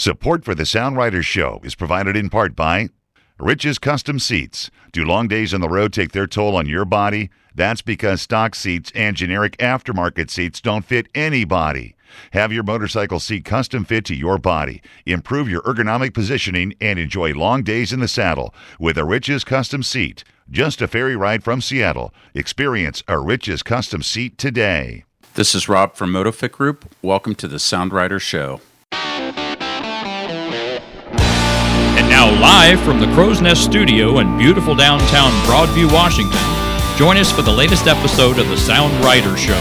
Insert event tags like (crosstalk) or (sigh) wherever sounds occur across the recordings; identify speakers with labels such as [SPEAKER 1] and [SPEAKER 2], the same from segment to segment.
[SPEAKER 1] Support for the Soundwriters Show is provided in part by Rich's Custom Seats. Do long days on the road take their toll on your body? That's because stock seats and generic aftermarket seats don't fit anybody. Have your motorcycle seat custom fit to your body. Improve your ergonomic positioning and enjoy long days in the saddle with a Rich's Custom Seat. Just a ferry ride from Seattle. Experience a Rich's Custom Seat today.
[SPEAKER 2] This is Rob from MotoFit Group. Welcome to the Soundwriter Show.
[SPEAKER 3] And now, live from the Crow's Nest Studio in beautiful downtown Broadview, Washington, join us for the latest episode of The Sound Writer Show,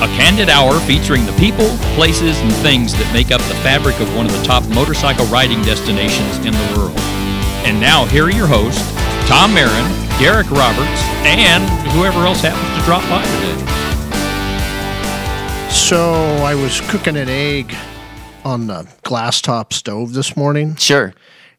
[SPEAKER 3] a candid hour featuring the people, places, and things that make up the fabric of one of the top motorcycle riding destinations in the world. And now, here are your hosts, Tom Marin, Derek Roberts, and whoever else happens to drop by today.
[SPEAKER 4] So I was cooking an egg on the glass top stove this morning,
[SPEAKER 5] Sure.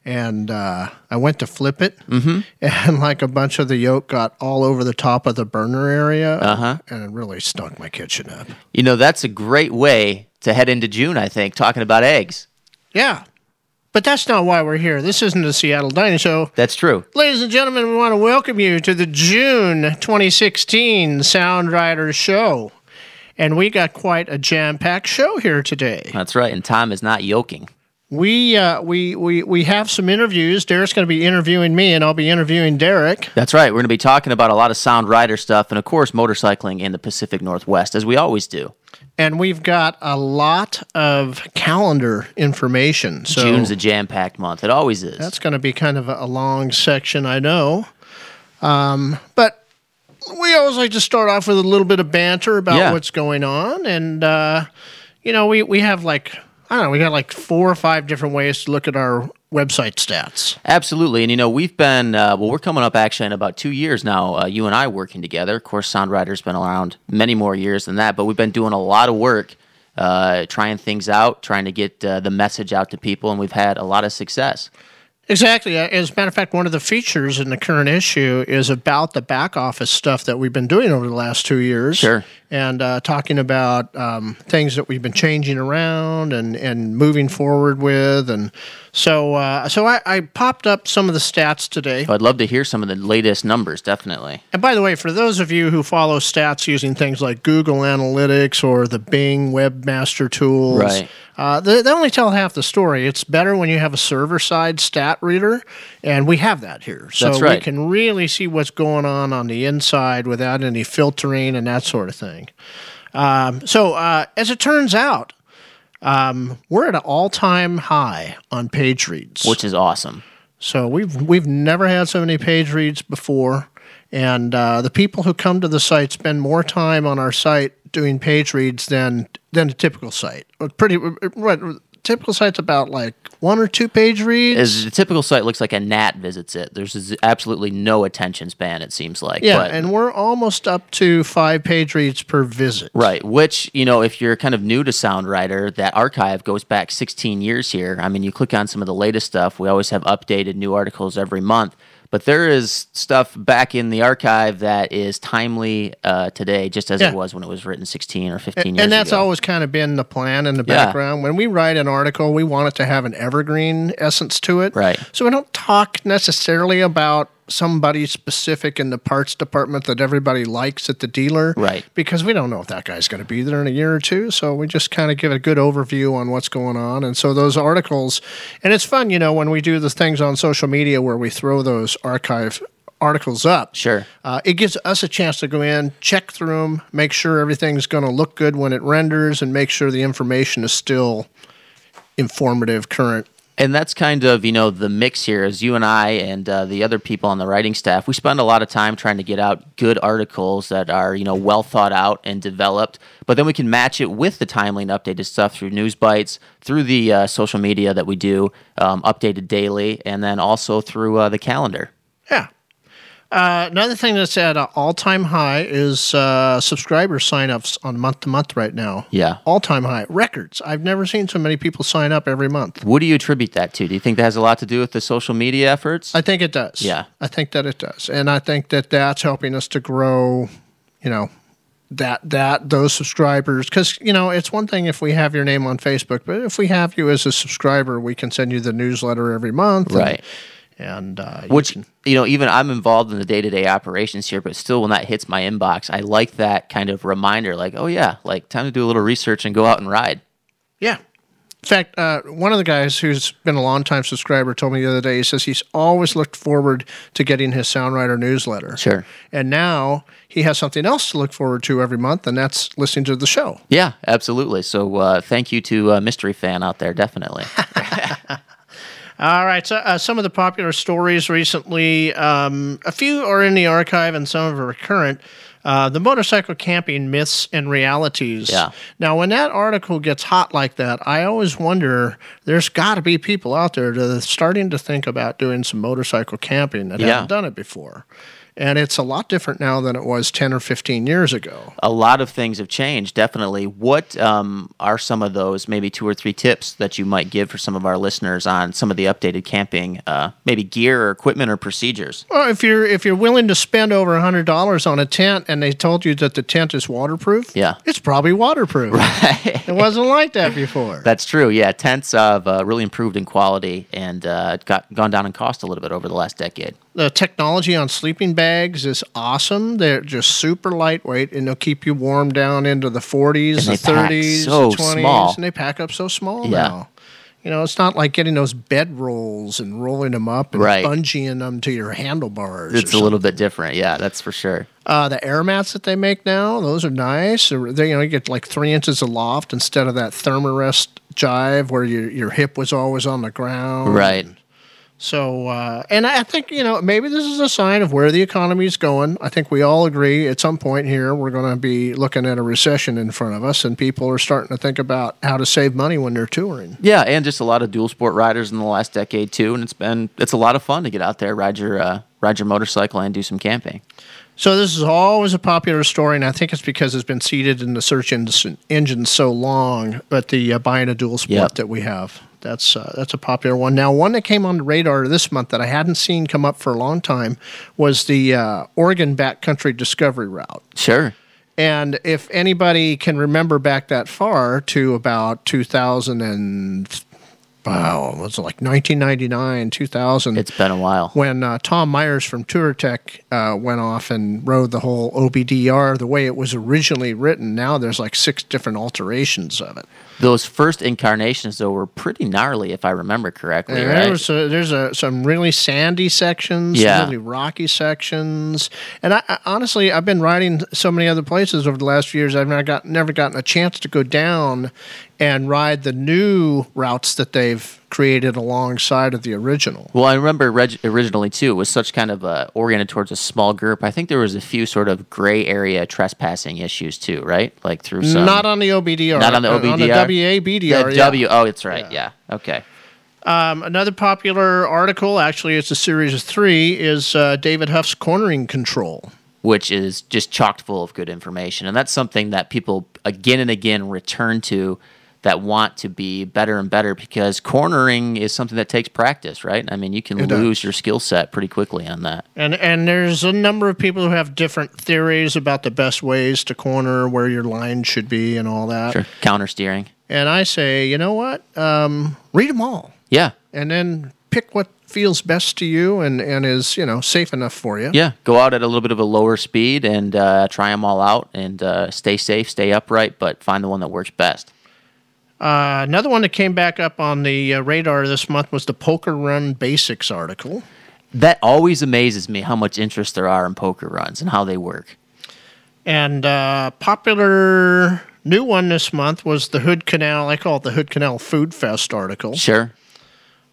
[SPEAKER 4] and uh, I went to flip it, (laughs) and like a bunch of the yolk got all over the top of the burner area, uh-huh. and it really stunk my kitchen up.
[SPEAKER 5] You know, that's a great way to head into June, I think, talking about eggs.
[SPEAKER 4] Yeah, but that's not why we're here. This isn't a Seattle dining show.
[SPEAKER 5] That's true.
[SPEAKER 4] Ladies and gentlemen, we want to welcome you to the June 2016 Soundwriters Show. And we got quite a jam packed show here today.
[SPEAKER 5] That's right. And Tom is not yoking.
[SPEAKER 4] We uh, we we we have some interviews. Derek's going to be interviewing me, and I'll be interviewing Derek.
[SPEAKER 5] That's right. We're going to be talking about a lot of sound rider stuff and, of course, motorcycling in the Pacific Northwest, as we always do.
[SPEAKER 4] And we've got a lot of calendar information. So
[SPEAKER 5] June's a jam packed month. It always is.
[SPEAKER 4] that's going to be kind of a, a long section, I know. Um, but we always like to start off with a little bit of banter about
[SPEAKER 5] Yeah.
[SPEAKER 4] what's going on, and uh, you know, we we have like I don't know, we got like four or five different ways to look at our website stats.
[SPEAKER 5] Absolutely. And, you know, we've been, uh, well, we're coming up actually in about two years now, uh, you and I working together. Of course, Soundwriter's been around many more years than that, but we've been doing a lot of work, uh, trying things out, trying to get uh, the message out to people, and we've had a lot of success.
[SPEAKER 4] Exactly. Uh, As a matter of fact, one of the features in the current issue is about the back office stuff that we've been doing over the last two years.
[SPEAKER 5] Sure.
[SPEAKER 4] And uh, talking about um, things that we've been changing around and, and moving forward with. And so, uh, so I, I popped up some of the stats today.
[SPEAKER 5] But I'd love to hear some of the latest numbers, definitely.
[SPEAKER 4] And by the way, for those of you who follow stats using things like Google Analytics or the Bing Webmaster tools,
[SPEAKER 5] Right.
[SPEAKER 4] uh, they, they only tell half the story. It's better when you have a server side stat reader, and we have that here. So
[SPEAKER 5] That's
[SPEAKER 4] we
[SPEAKER 5] right.
[SPEAKER 4] can really see what's going on on the inside without any filtering and that sort of thing. Um, so, uh, as it turns out, um, we're at an all time high on page reads.
[SPEAKER 5] Which is awesome.
[SPEAKER 4] So we've we've never had so many page reads before, and uh, the people who come to the site spend more time on our site doing page reads than than a typical site. A Pretty right, typical site's about like one or two page reads.
[SPEAKER 5] As the typical site looks like a gnat visits it. There's z- absolutely no attention span, it seems like.
[SPEAKER 4] yeah,
[SPEAKER 5] but-
[SPEAKER 4] and we're almost up to five page reads per visit.
[SPEAKER 5] Right, which, you know, if you're kind of new to Soundwriter, that archive goes back 16 years here. I mean, you click on some of the latest stuff. We always have updated new articles every month, but there is stuff back in the archive that is timely uh, today, just as
[SPEAKER 4] Yeah.
[SPEAKER 5] it was when it was written 16 or 15 years ago.
[SPEAKER 4] And that's always kind of been the plan in the
[SPEAKER 5] Yeah.
[SPEAKER 4] background. When we write an article, we want it to have an evergreen essence to it.
[SPEAKER 5] Right.
[SPEAKER 4] So we don't talk necessarily about somebody specific in the parts department that everybody likes at the dealer.
[SPEAKER 5] Right.
[SPEAKER 4] Because we don't know if that guy's going to be there in a year or two. So we just kind of give a good overview on what's going on. And so those articles, and it's fun, you know, when we do the things on social media where we throw those archive articles up.
[SPEAKER 5] Sure.
[SPEAKER 4] Uh, it gives us a chance to go in, check through them, make sure everything's going to look good when it renders, and make sure the information is still informative, current.
[SPEAKER 5] And that's kind of you know the mix here is you and I and uh, the other people on the writing staff. We spend a lot of time trying to get out good articles that are you know well thought out and developed, but then we can match it with the timely and updated stuff through news bites, through the uh, social media that we do, um, updated daily, and then also through uh, the calendar.
[SPEAKER 4] Yeah. Uh, another thing that's at an all-time high is uh, subscriber sign-ups on month-to-month right now.
[SPEAKER 5] Yeah.
[SPEAKER 4] All-time high records. I've never seen so many people sign up every month.
[SPEAKER 5] What do you attribute that to? Do you think that has a lot to do with the social media efforts?
[SPEAKER 4] I think it does.
[SPEAKER 5] Yeah.
[SPEAKER 4] I think that it does, and I think that that's helping us to grow. You know, that that those subscribers because you know it's one thing if we have your name on Facebook, but if we have you as a subscriber, we can send you the newsletter every month, and-
[SPEAKER 5] Right.
[SPEAKER 4] And, uh, you
[SPEAKER 5] Which
[SPEAKER 4] can-
[SPEAKER 5] you know, even I'm involved in the day to day operations here, but still, when that hits my inbox, I like that kind of reminder. Like, oh yeah, like time to do a little research and go out and ride.
[SPEAKER 4] Yeah. In fact, uh, one of the guys who's been a longtime subscriber told me the other day, he says he's always looked forward to getting his Soundwriter newsletter.
[SPEAKER 5] Sure.
[SPEAKER 4] And now he has something else to look forward to every month, and that's listening to the show.
[SPEAKER 5] Yeah, absolutely. So uh, thank you to uh, mystery fan out there, definitely.
[SPEAKER 4] All right. So, uh, some of the popular stories recently, um, a few are in the archive and some of are recurrent. Uh, the motorcycle camping myths and realities.
[SPEAKER 5] Yeah.
[SPEAKER 4] Now, when that article gets hot like that, I always wonder there's got to be people out there that are starting to think about doing some motorcycle camping that
[SPEAKER 5] Yeah.
[SPEAKER 4] haven't done it before. And it's a lot different now than it was 10 or 15 years ago.
[SPEAKER 5] a lot of things have changed, definitely. What um, are some of those, maybe two or three tips that you might give for some of our listeners on some of the updated camping, uh, maybe gear or equipment or procedures?
[SPEAKER 4] Well, if you're if you're willing to spend over hundred dollars on a tent, and they told you that the tent is waterproof,
[SPEAKER 5] Yeah.
[SPEAKER 4] it's probably
[SPEAKER 5] (laughs)
[SPEAKER 4] waterproof. it wasn't like that before.
[SPEAKER 5] That's true. Yeah, tents have uh, really improved in quality and uh, got gone down in cost a little bit over the last decade.
[SPEAKER 4] the technology on sleeping bags is awesome. They're just super lightweight, and they'll keep you warm down into the 40s,
[SPEAKER 5] And
[SPEAKER 4] the
[SPEAKER 5] they pack
[SPEAKER 4] 30s,
[SPEAKER 5] so
[SPEAKER 4] the 20s,
[SPEAKER 5] small.
[SPEAKER 4] and they pack up so small
[SPEAKER 5] Yeah.
[SPEAKER 4] now. You know, it's not like getting those bed rolls and rolling them up and
[SPEAKER 5] Right.
[SPEAKER 4] bungeeing them to your handlebars. or
[SPEAKER 5] It's a little bit different. Yeah, that's for sure.
[SPEAKER 4] Uh, the air mats that they make now, those are nice. They're- They, you know, you get like three inches of loft instead of that thermarest jive where your, your hip was always on the ground.
[SPEAKER 5] Right.
[SPEAKER 4] So, uh, and I think, you know, maybe this is a sign of where the economy is going. I think we all agree at some point here, we're going to be looking at a recession in front of us, and people are starting to think about how to save money when they're touring.
[SPEAKER 5] Yeah, and just a lot of dual sport riders in the last decade too, and it's been it's a lot of fun to get out there, ride your uh, ride your motorcycle, and do some camping.
[SPEAKER 4] So this is always a popular story, and I think it's because it's been seated in the search engine, engine so long. But the uh, buying a dual sport
[SPEAKER 5] Yep.
[SPEAKER 4] that we have, that's uh, that's a popular one. Now, one that came on the radar this month that I hadn't seen come up for a long time was the uh, Oregon backcountry discovery route.
[SPEAKER 5] Sure.
[SPEAKER 4] And if anybody can remember back that far to about 2000 and wow, was it like 1999, 2000?
[SPEAKER 5] It's been a while.
[SPEAKER 4] when uh, Tom Myers from Tour Tech uh, went off and rode the whole OBDR the way it was originally written. Now there's like six different alterations of it.
[SPEAKER 5] Those first incarnations, though, were pretty gnarly, if I remember correctly.
[SPEAKER 4] And
[SPEAKER 5] right?
[SPEAKER 4] There's, a, there's a, some really sandy sections, some
[SPEAKER 5] Yeah.
[SPEAKER 4] really rocky sections, and I, I honestly I've been riding so many other places over the last few years. I've not got never gotten a chance to go down and ride the new routes that they've created alongside of the original.
[SPEAKER 5] Well, I remember reg- originally too it was such kind of uh, oriented towards a small group. I think there was a few sort of gray area trespassing issues too, right? Like through some
[SPEAKER 4] not on the OBDR.
[SPEAKER 5] not on the
[SPEAKER 4] uh,
[SPEAKER 5] OBDR,
[SPEAKER 4] On the WABDR.
[SPEAKER 5] The
[SPEAKER 4] yeah.
[SPEAKER 5] W. Oh, it's right. Yeah. Okay.
[SPEAKER 4] Um, another popular article, actually, it's a series of three, is uh, David Huff's cornering control.
[SPEAKER 5] Which is just chocked full of good information, and that's something that people again and again return to that want to be better and better because cornering is something that takes practice, right? I mean, you can
[SPEAKER 4] It does.
[SPEAKER 5] lose your skill set pretty quickly on that.
[SPEAKER 4] And and there's a number of people who have different theories about the best ways to corner, where your line should be, and all that.
[SPEAKER 5] Sure. Counter steering.
[SPEAKER 4] And I say, you know what? Um, read them all,
[SPEAKER 5] Yeah.
[SPEAKER 4] and then pick what feels best to you and and is you know safe enough for you.
[SPEAKER 5] Yeah, go out at a little bit of a lower speed and uh, try them all out and uh, stay safe, stay upright, but find the one that works best.
[SPEAKER 4] Uh, another one that came back up on the uh, radar this month was the Poker Run Basics article.
[SPEAKER 5] That always amazes me how much interest there are in poker runs and how they work.
[SPEAKER 4] And uh, popular new one this month was the Hood Canal. I call it the Hood Canal Food Fest article.
[SPEAKER 5] Sure.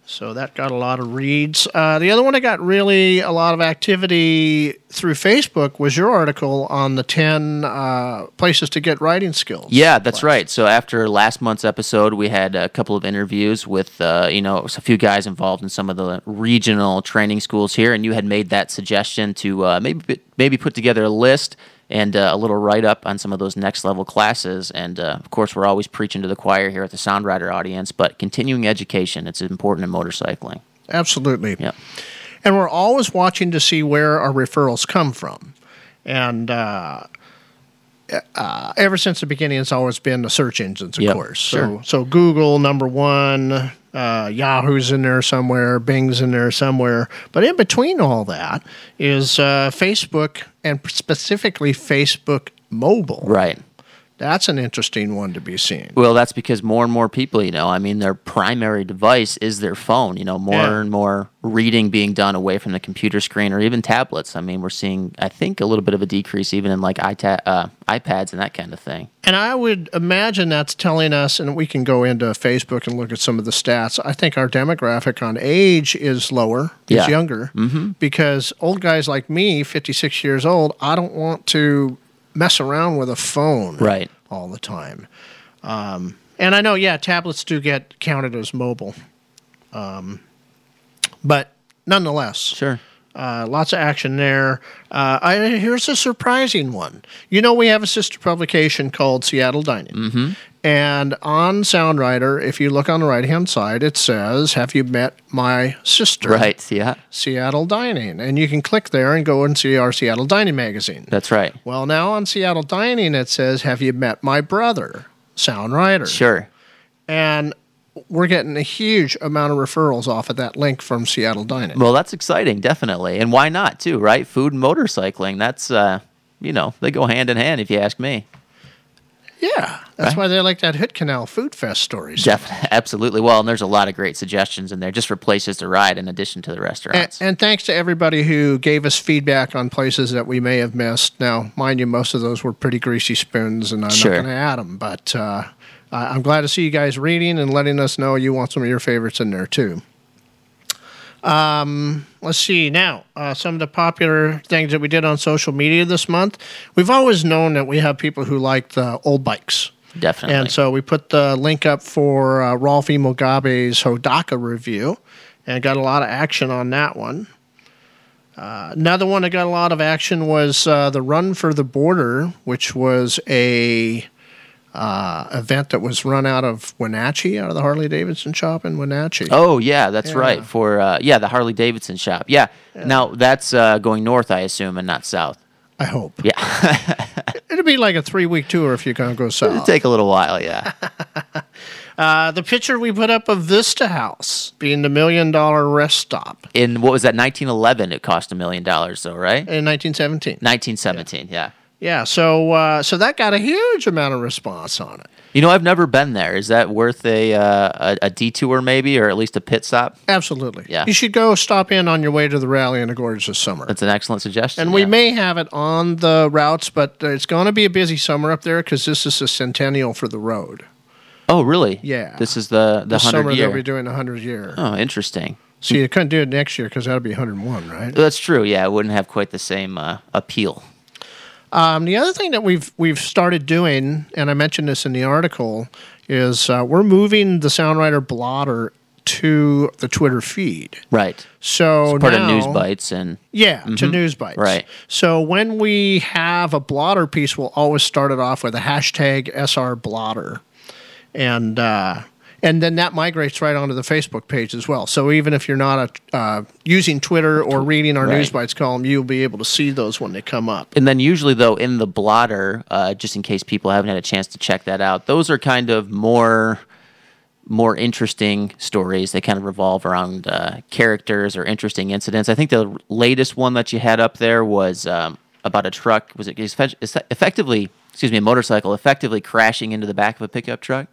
[SPEAKER 4] So that got a lot of reads. Uh, the other one that got really a lot of activity through Facebook was your article on the 10 uh, places to get writing skills.
[SPEAKER 5] Yeah, that's right. So after last month's episode, we had a couple of interviews with uh, you know a few guys involved in some of the regional training schools here, and you had made that suggestion to uh, maybe maybe put together a list and uh, a little write up on some of those next level classes. And uh, of course, we're always preaching to the choir here at the Soundwriter audience, but continuing education it's important in motorcycling.
[SPEAKER 4] Absolutely.
[SPEAKER 5] Yeah.
[SPEAKER 4] And we're always watching to see where our referrals come from. And uh, uh, ever since the beginning, it's always been the search engines, of
[SPEAKER 5] Yep,
[SPEAKER 4] course.
[SPEAKER 5] sure.
[SPEAKER 4] So, so Google number one, uh, Yahoo's in there somewhere, Bing's in there somewhere. But in between all that is uh, Facebook, and specifically Facebook mobile.
[SPEAKER 5] Right.
[SPEAKER 4] That's an interesting one to be seen.
[SPEAKER 5] Well, that's because more and more people, you know, I mean, their primary device is their phone. You know, more
[SPEAKER 4] Yeah.
[SPEAKER 5] and more reading being done away from the computer screen or even tablets. I mean, we're seeing, I think, a little bit of a decrease even in like iPad, uh, iPads and that kind of thing.
[SPEAKER 4] And I would imagine that's telling us, and we can go into Facebook and look at some of the stats. I think our demographic on age is lower,
[SPEAKER 5] Yeah. Mm-hmm.
[SPEAKER 4] is younger, because old guys like me, 56 years old, I don't want to mess around with a phone
[SPEAKER 5] Right.
[SPEAKER 4] all the time. Um, and I know, yeah, tablets do get counted as mobile. Um, but nonetheless,
[SPEAKER 5] Sure.
[SPEAKER 4] uh, lots of action there. Uh, I, here's a surprising one. You know, we have a sister publication called Seattle Dining. Mm-hmm. And on Soundwriter, if you look on the right hand side, it says, Have you met my sister?
[SPEAKER 5] Right. Yeah.
[SPEAKER 4] Seattle Dining. And you can click there and go and see our Seattle Dining magazine.
[SPEAKER 5] That's right.
[SPEAKER 4] well, now on Seattle Dining, it says, Have you met my brother? Soundwriter.
[SPEAKER 5] Sure.
[SPEAKER 4] And we're getting a huge amount of referrals off of that link from Seattle Dining.
[SPEAKER 5] Well, that's exciting, definitely. And why not, too, right? Food and motorcycling. That's, uh, you know, they go hand in hand if you ask me.
[SPEAKER 4] Yeah, that's why they like that Hit Canal Food Fest stories.
[SPEAKER 5] Definitely. Absolutely. Well, and there's a lot of great suggestions in there just for places to ride in addition to the
[SPEAKER 4] And,
[SPEAKER 5] restaurants.
[SPEAKER 4] and thanks to everybody who gave us feedback on places that we may have missed. Now, mind you, most of those were pretty greasy spoons, and I'm
[SPEAKER 5] Sure.
[SPEAKER 4] not going to add them. But uh, I- I'm glad to see you guys reading and letting us know you want some of your favorites in there too. Um, let's see now uh, some of the popular things that we did on social media this month. We've always known that we have people who like the old bikes.
[SPEAKER 5] definitely.
[SPEAKER 4] And so we put the link up for uh, Rolf E. Mugabe's Hodaka review and got a lot of action on that one. Uh, another one that got a lot of action was uh, the Run for the Border, which was a uh, event that was run out of Wenatchee, out of the Harley Davidson shop in Wenatchee.
[SPEAKER 5] Oh yeah, that's right.
[SPEAKER 4] Yeah.
[SPEAKER 5] For uh, yeah, the Harley Davidson shop. Yeah. Now that's uh, going north, I assume, and not south.
[SPEAKER 4] I hope.
[SPEAKER 5] Yeah,
[SPEAKER 4] (laughs) It'll be like a three week tour if you're going to go
[SPEAKER 5] it'll
[SPEAKER 4] south.
[SPEAKER 5] take a little while. Yeah.
[SPEAKER 4] Uh, the picture we put up of Vista House being the million dollar rest stop
[SPEAKER 5] (laughs) In what was that? 1911. It cost a million dollars, though, right?
[SPEAKER 4] in 1917.
[SPEAKER 5] 1917. Yeah.
[SPEAKER 4] Yeah, so uh, so that got a huge amount of response on it.
[SPEAKER 5] You know, I've never been there. Is that worth a uh, a, a detour, maybe, or at least a pit stop?
[SPEAKER 4] Absolutely.
[SPEAKER 5] Yeah.
[SPEAKER 4] You should go stop in on your way to the rally in Agorges this summer.
[SPEAKER 5] That's an excellent suggestion.
[SPEAKER 4] and we
[SPEAKER 5] yeah.
[SPEAKER 4] may have it on the routes, but uh, it's going to be a busy summer up there because this is the centennial for the road.
[SPEAKER 5] Oh, really?
[SPEAKER 4] Yeah.
[SPEAKER 5] This is the the
[SPEAKER 4] This summer
[SPEAKER 5] hundred
[SPEAKER 4] they'll
[SPEAKER 5] year.
[SPEAKER 4] be doing the 100 year.
[SPEAKER 5] Oh, interesting.
[SPEAKER 4] So you couldn't do it next year because that'll be 101, right?
[SPEAKER 5] That's true. Yeah, it wouldn't have quite the same uh, appeal.
[SPEAKER 4] Um, the other thing that we've we've started doing, and I mentioned this in the article, is uh, we're moving the Soundwriter blotter to the Twitter feed.
[SPEAKER 5] Right.
[SPEAKER 4] So
[SPEAKER 5] Part
[SPEAKER 4] now,
[SPEAKER 5] of news bites and
[SPEAKER 4] Yeah, to news bites.
[SPEAKER 5] Mm-hmm. Right.
[SPEAKER 4] So when we have a blotter piece, we'll always start it off with a hashtag SR blotter, and uh, and then that migrates right onto the Facebook page as well. So even if you're not a, uh, using Twitter or reading our news
[SPEAKER 5] Right.
[SPEAKER 4] bites column, you'll be able to see those when they come up.
[SPEAKER 5] And then usually though in the blotter, uh, just in case people haven't had a chance to check that out, those are kind of more more interesting stories. They kind of revolve around uh, characters or interesting incidents. I think the latest one that you had up there was um, about a truck. Was it effe- effe- effectively? Excuse me, a motorcycle effectively crashing into the back of a pickup truck.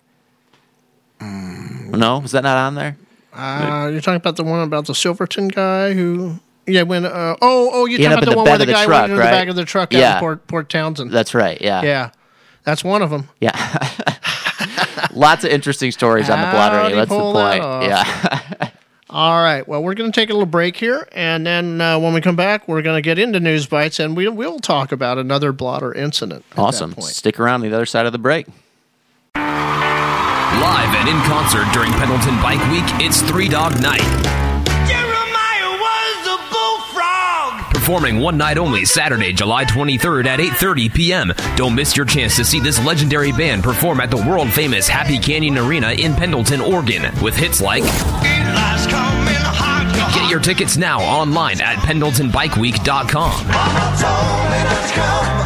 [SPEAKER 5] No, was that not on there?
[SPEAKER 4] Uh, you're talking about the one about the Silverton guy who. Yeah, when uh, oh oh, you're
[SPEAKER 5] He
[SPEAKER 4] talking
[SPEAKER 5] ended
[SPEAKER 4] about the,
[SPEAKER 5] up in the
[SPEAKER 4] one
[SPEAKER 5] bed
[SPEAKER 4] where the
[SPEAKER 5] of the
[SPEAKER 4] guy
[SPEAKER 5] truck,
[SPEAKER 4] went into
[SPEAKER 5] right?
[SPEAKER 4] the back of the truck out
[SPEAKER 5] Yeah.
[SPEAKER 4] in Port, Port Townsend.
[SPEAKER 5] That's right.
[SPEAKER 4] yeah, that's one of them.
[SPEAKER 5] Yeah. Lots of interesting stories on the blotter.
[SPEAKER 4] How'd he
[SPEAKER 5] anyway. That's the
[SPEAKER 4] pull
[SPEAKER 5] point.
[SPEAKER 4] that off?
[SPEAKER 5] Yeah.
[SPEAKER 4] All right. Well, we're going to take a little break here, and then uh, when we come back, we're going to get into news bites, and we will talk about another blotter incident. at that
[SPEAKER 5] awesome.
[SPEAKER 4] point.
[SPEAKER 5] Stick around on the other side of the break.
[SPEAKER 6] Live and in concert during Pendleton Bike Week, it's Three Dog Night.
[SPEAKER 7] Jeremiah was a bullfrog.
[SPEAKER 6] Performing one night only Saturday, July 23rd at 8:30 p.m. Don't miss your chance to see this legendary band perform at the world famous Happy Canyon Arena in Pendleton, Oregon, with hits like
[SPEAKER 7] It lies coming hard.
[SPEAKER 6] Get your tickets now online at pendletonbikeweek.com.
[SPEAKER 7] Mama told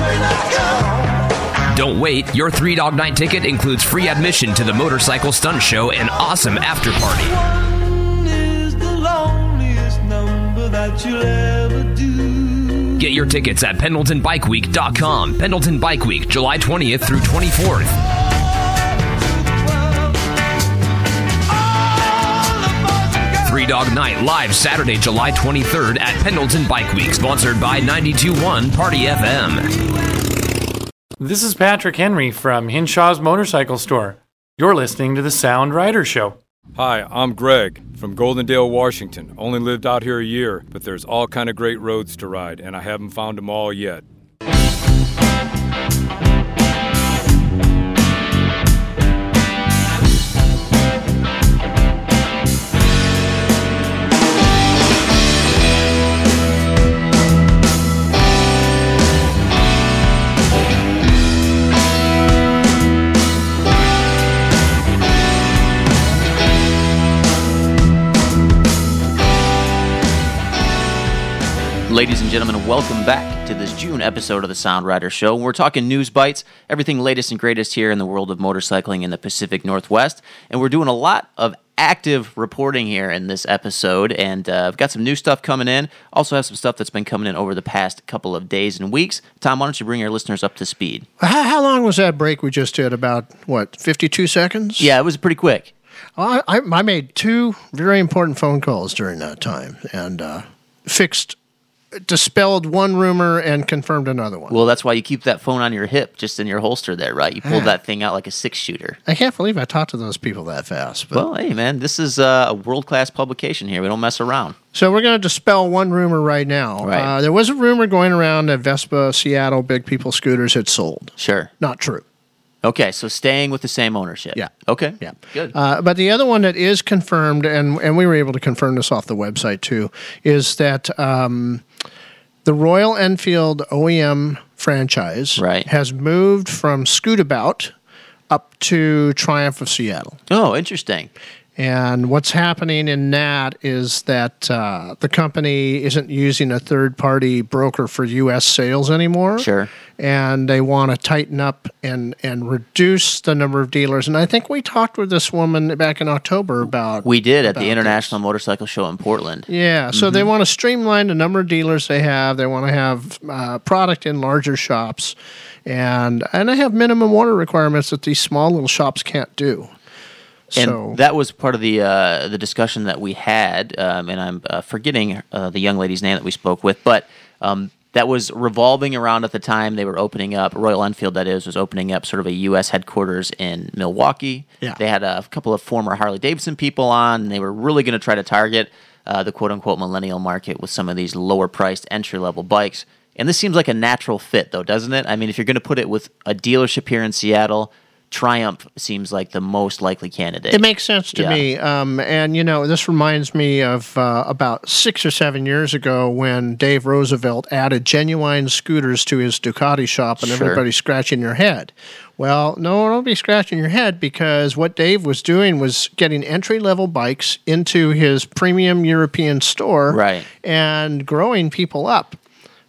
[SPEAKER 7] me to come.
[SPEAKER 6] Don't wait. Your Three Dog Night ticket includes free admission to the Motorcycle Stunt Show and awesome after party. Get your tickets at PendletonBikeWeek.com. Pendleton Bike Week, July 20th through 24th. Three Dog Night live Saturday, July 23rd at Pendleton Bike Week, sponsored by 921 Party FM.
[SPEAKER 8] This is Patrick Henry from Hinshaw's Motorcycle Store. You're listening to the Sound Rider Show.
[SPEAKER 9] Hi, I'm Greg from Goldendale, Washington. Only lived out here a year, but there's all kind of great roads to ride, and I haven't found them all yet.
[SPEAKER 5] Ladies and gentlemen, welcome back to this June episode of the Sound Rider Show. We're talking news bites, everything latest and greatest here in the world of motorcycling in the Pacific Northwest. And we're doing a lot of active reporting here in this episode. And uh, I've got some new stuff coming in. Also, have some stuff that's been coming in over the past couple of days and weeks. Tom, why don't you bring our listeners up to speed?
[SPEAKER 4] How, how long was that break we just did? About what, 52 seconds?
[SPEAKER 5] Yeah, it was pretty quick.
[SPEAKER 4] I, I, I made two very important phone calls during that time and uh, fixed, dispelled one rumor and confirmed another one.
[SPEAKER 5] Well, that's why you keep that phone on your hip, just in your holster there, right? You pulled that thing out like a six shooter.
[SPEAKER 4] I can't believe I talked to those people that fast. But,
[SPEAKER 5] Well, hey, man, this is uh, a world class publication here. We don't mess around.
[SPEAKER 4] so we're going to dispel one rumor right now.
[SPEAKER 5] Right.
[SPEAKER 4] Uh, there was a rumor going around that Vespa Seattle Big People scooters had sold.
[SPEAKER 5] Sure.
[SPEAKER 4] Not true.
[SPEAKER 5] Okay, so staying with the same ownership.
[SPEAKER 4] Yeah.
[SPEAKER 5] Okay.
[SPEAKER 4] Yeah.
[SPEAKER 5] Good.
[SPEAKER 4] Uh, but the other one that is confirmed, and, and we were able to confirm this off the website too, is that um, the Royal Enfield OEM franchise
[SPEAKER 5] Right.
[SPEAKER 4] has moved from Scootabout up to Triumph of Seattle.
[SPEAKER 5] oh, interesting.
[SPEAKER 4] And what's happening in that is that uh, the company isn't using a third party broker for U.S. sales anymore.
[SPEAKER 5] Sure.
[SPEAKER 4] And they want to tighten up and, and reduce the number of dealers. And I think we talked with this woman back in October about.
[SPEAKER 5] We did at
[SPEAKER 4] about
[SPEAKER 5] the International Motorcycle Show in Portland.
[SPEAKER 4] yeah, so
[SPEAKER 5] Mm-hmm.
[SPEAKER 4] they want to streamline the number of dealers they have. They want to have uh, product in larger shops, and and they have minimum order requirements that these small little shops can't do.
[SPEAKER 5] And
[SPEAKER 4] so
[SPEAKER 5] that was part of the uh, the discussion that we had, um, and I'm uh, forgetting uh, the young lady's name that we spoke with, but um, that was revolving around at the time they were opening up Royal Enfield. That is was opening up sort of a U.S. headquarters in Milwaukee.
[SPEAKER 4] Yeah.
[SPEAKER 5] they had a couple of former Harley Davidson people on, and they were really going to try to target uh, the quote unquote millennial market with some of these lower priced entry level bikes. And this seems like a natural fit, though, doesn't it? I mean, if you're going to put it with a dealership here in Seattle. Triumph seems like the most likely candidate.
[SPEAKER 4] It makes sense to
[SPEAKER 5] Yeah.
[SPEAKER 4] me. Um, and, you know, this reminds me of uh, about six or seven years ago when Dave Roosevelt added genuine scooters to his Ducati shop and
[SPEAKER 5] Sure.
[SPEAKER 4] everybody's scratching their head. Well, no, don't be scratching your head because what Dave was doing was getting entry level bikes into his premium European store
[SPEAKER 5] Right.
[SPEAKER 4] and growing people up.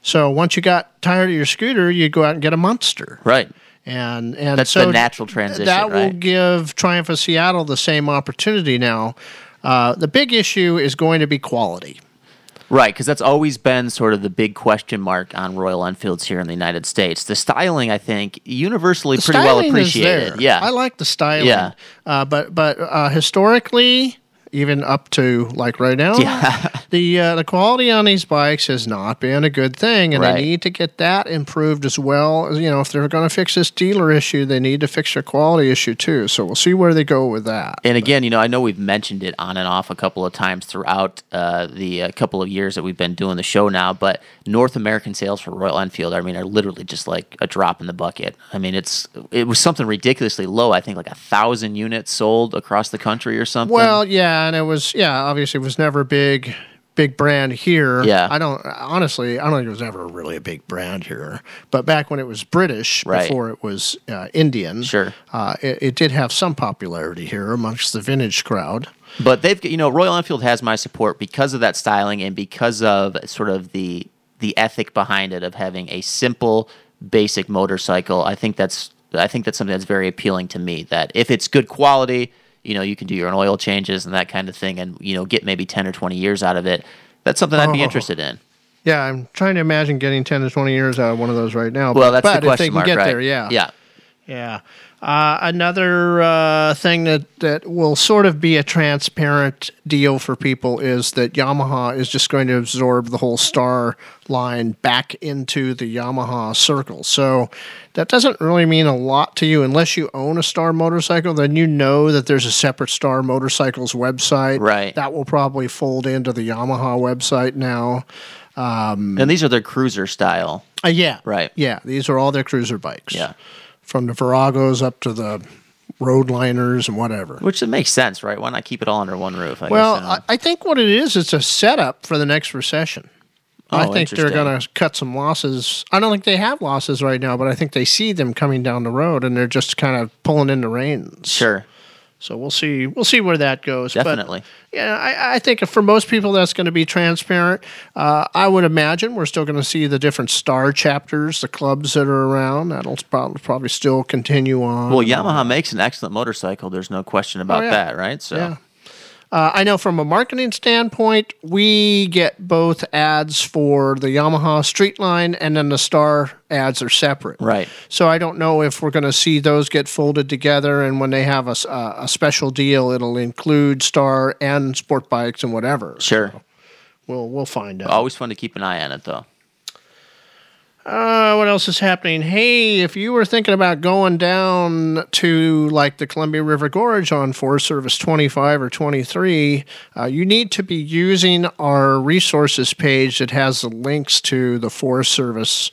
[SPEAKER 4] So once you got tired of your scooter, you'd go out and get a monster
[SPEAKER 5] Right.
[SPEAKER 4] and and
[SPEAKER 5] That's
[SPEAKER 4] so
[SPEAKER 5] the natural transition,
[SPEAKER 4] That will
[SPEAKER 5] right?
[SPEAKER 4] give Triumph of Seattle the same opportunity now. Uh, the big issue is going to be quality.
[SPEAKER 5] Right, because that's always been sort of the big question mark on Royal Enfields here in the United States. The styling, I think, universally pretty well
[SPEAKER 4] Styling is
[SPEAKER 5] appreciated.
[SPEAKER 4] there.
[SPEAKER 5] Yeah.
[SPEAKER 4] I like the styling.
[SPEAKER 5] Yeah.
[SPEAKER 4] uh, but but uh, historically, even up to like right now,
[SPEAKER 5] Yeah. (laughs)
[SPEAKER 4] the uh, the quality on these bikes has not been a good thing, and
[SPEAKER 5] Right.
[SPEAKER 4] they need to get that improved as well. You know, if they're going to fix this dealer issue, they need to fix their quality issue too. So we'll see where they go with that.
[SPEAKER 5] and again, you know, I know we've mentioned it on and off a couple of times throughout uh, the uh, couple of years that we've been doing the show now, but North American sales for Royal Enfield, I mean, are literally just like a drop in the bucket. I mean, it's it was something ridiculously low. I think like a thousand units sold across the country or something.
[SPEAKER 4] Well, yeah, and it was yeah. Obviously, it was never a big, big brand here.
[SPEAKER 5] Yeah.
[SPEAKER 4] I don't honestly. I don't think it was ever really a big brand here. But back when it was British,
[SPEAKER 5] Right.
[SPEAKER 4] before it was uh, Indian,
[SPEAKER 5] Sure.
[SPEAKER 4] uh, it, it did have some popularity here amongst the vintage crowd.
[SPEAKER 5] But they've, you know, Royal Enfield has my support because of that styling and because of sort of the the ethic behind it of having a simple, basic motorcycle. I think that's I think that's something that's very appealing to me. That if it's good quality, you know, you can do your own oil changes and that kind of thing, and you know, get maybe ten or twenty years out of it. That's something I'd be
[SPEAKER 4] Oh.
[SPEAKER 5] interested in.
[SPEAKER 4] Yeah, I'm trying to imagine getting 10 to 20 years out of one of those right now.
[SPEAKER 5] Well, that's
[SPEAKER 4] but
[SPEAKER 5] the question
[SPEAKER 4] if they can
[SPEAKER 5] mark,
[SPEAKER 4] get
[SPEAKER 5] right?
[SPEAKER 4] there, yeah.
[SPEAKER 5] yeah.
[SPEAKER 4] Yeah. Uh, another uh, thing that, that will sort of be a transparent deal for people is that Yamaha is just going to absorb the whole star line back into the Yamaha circle. So that doesn't really mean a lot to you unless you own a star motorcycle. Then you know that there's a separate star motorcycles website.
[SPEAKER 5] Right.
[SPEAKER 4] That will probably fold into the Yamaha website now.
[SPEAKER 5] And these are their cruiser style.
[SPEAKER 4] Uh, yeah.
[SPEAKER 5] Right.
[SPEAKER 4] Yeah. These are all their cruiser bikes.
[SPEAKER 5] Yeah.
[SPEAKER 4] From the Viragos up to the Roadliners and whatever.
[SPEAKER 5] Which it makes sense, right? Why not keep it all under one roof? I
[SPEAKER 4] Well,
[SPEAKER 5] guess, you know?
[SPEAKER 4] I, I think what it is, it's a setup for the next recession. I
[SPEAKER 5] Oh,
[SPEAKER 4] think they're
[SPEAKER 5] interesting.
[SPEAKER 4] going to cut some losses. I don't think they have losses right now, but I think they see them coming down the road, and they're just kind of pulling in the reins.
[SPEAKER 5] sure,
[SPEAKER 4] So we'll see. We'll see where that goes. But,
[SPEAKER 5] Definitely.
[SPEAKER 4] yeah, I, I think for most people that's going to be transparent. Uh, I would imagine we're still going to see the different star chapters, the clubs that are around. That'll probably probably still continue on.
[SPEAKER 5] Well, Yamaha makes an excellent motorcycle. There's no question about
[SPEAKER 4] Oh, yeah.
[SPEAKER 5] that, right? So,
[SPEAKER 4] Yeah. Uh, I know from a marketing standpoint, we get both ads for the Yamaha Street Line, and then the Star ads are separate.
[SPEAKER 5] Right.
[SPEAKER 4] So I don't know if we're going to see those get folded together, and when they have a, s- a- a special deal, it'll include Star and sport bikes and whatever.
[SPEAKER 5] sure.
[SPEAKER 4] We'll we'll find out.
[SPEAKER 5] Always fun to keep an eye on it, though.
[SPEAKER 4] Uh, what else is happening? Hey, if you were thinking about going down to like the Columbia River Gorge on Forest Service 25 or 23, uh, you need to be using our resources page that has the links to the Forest Service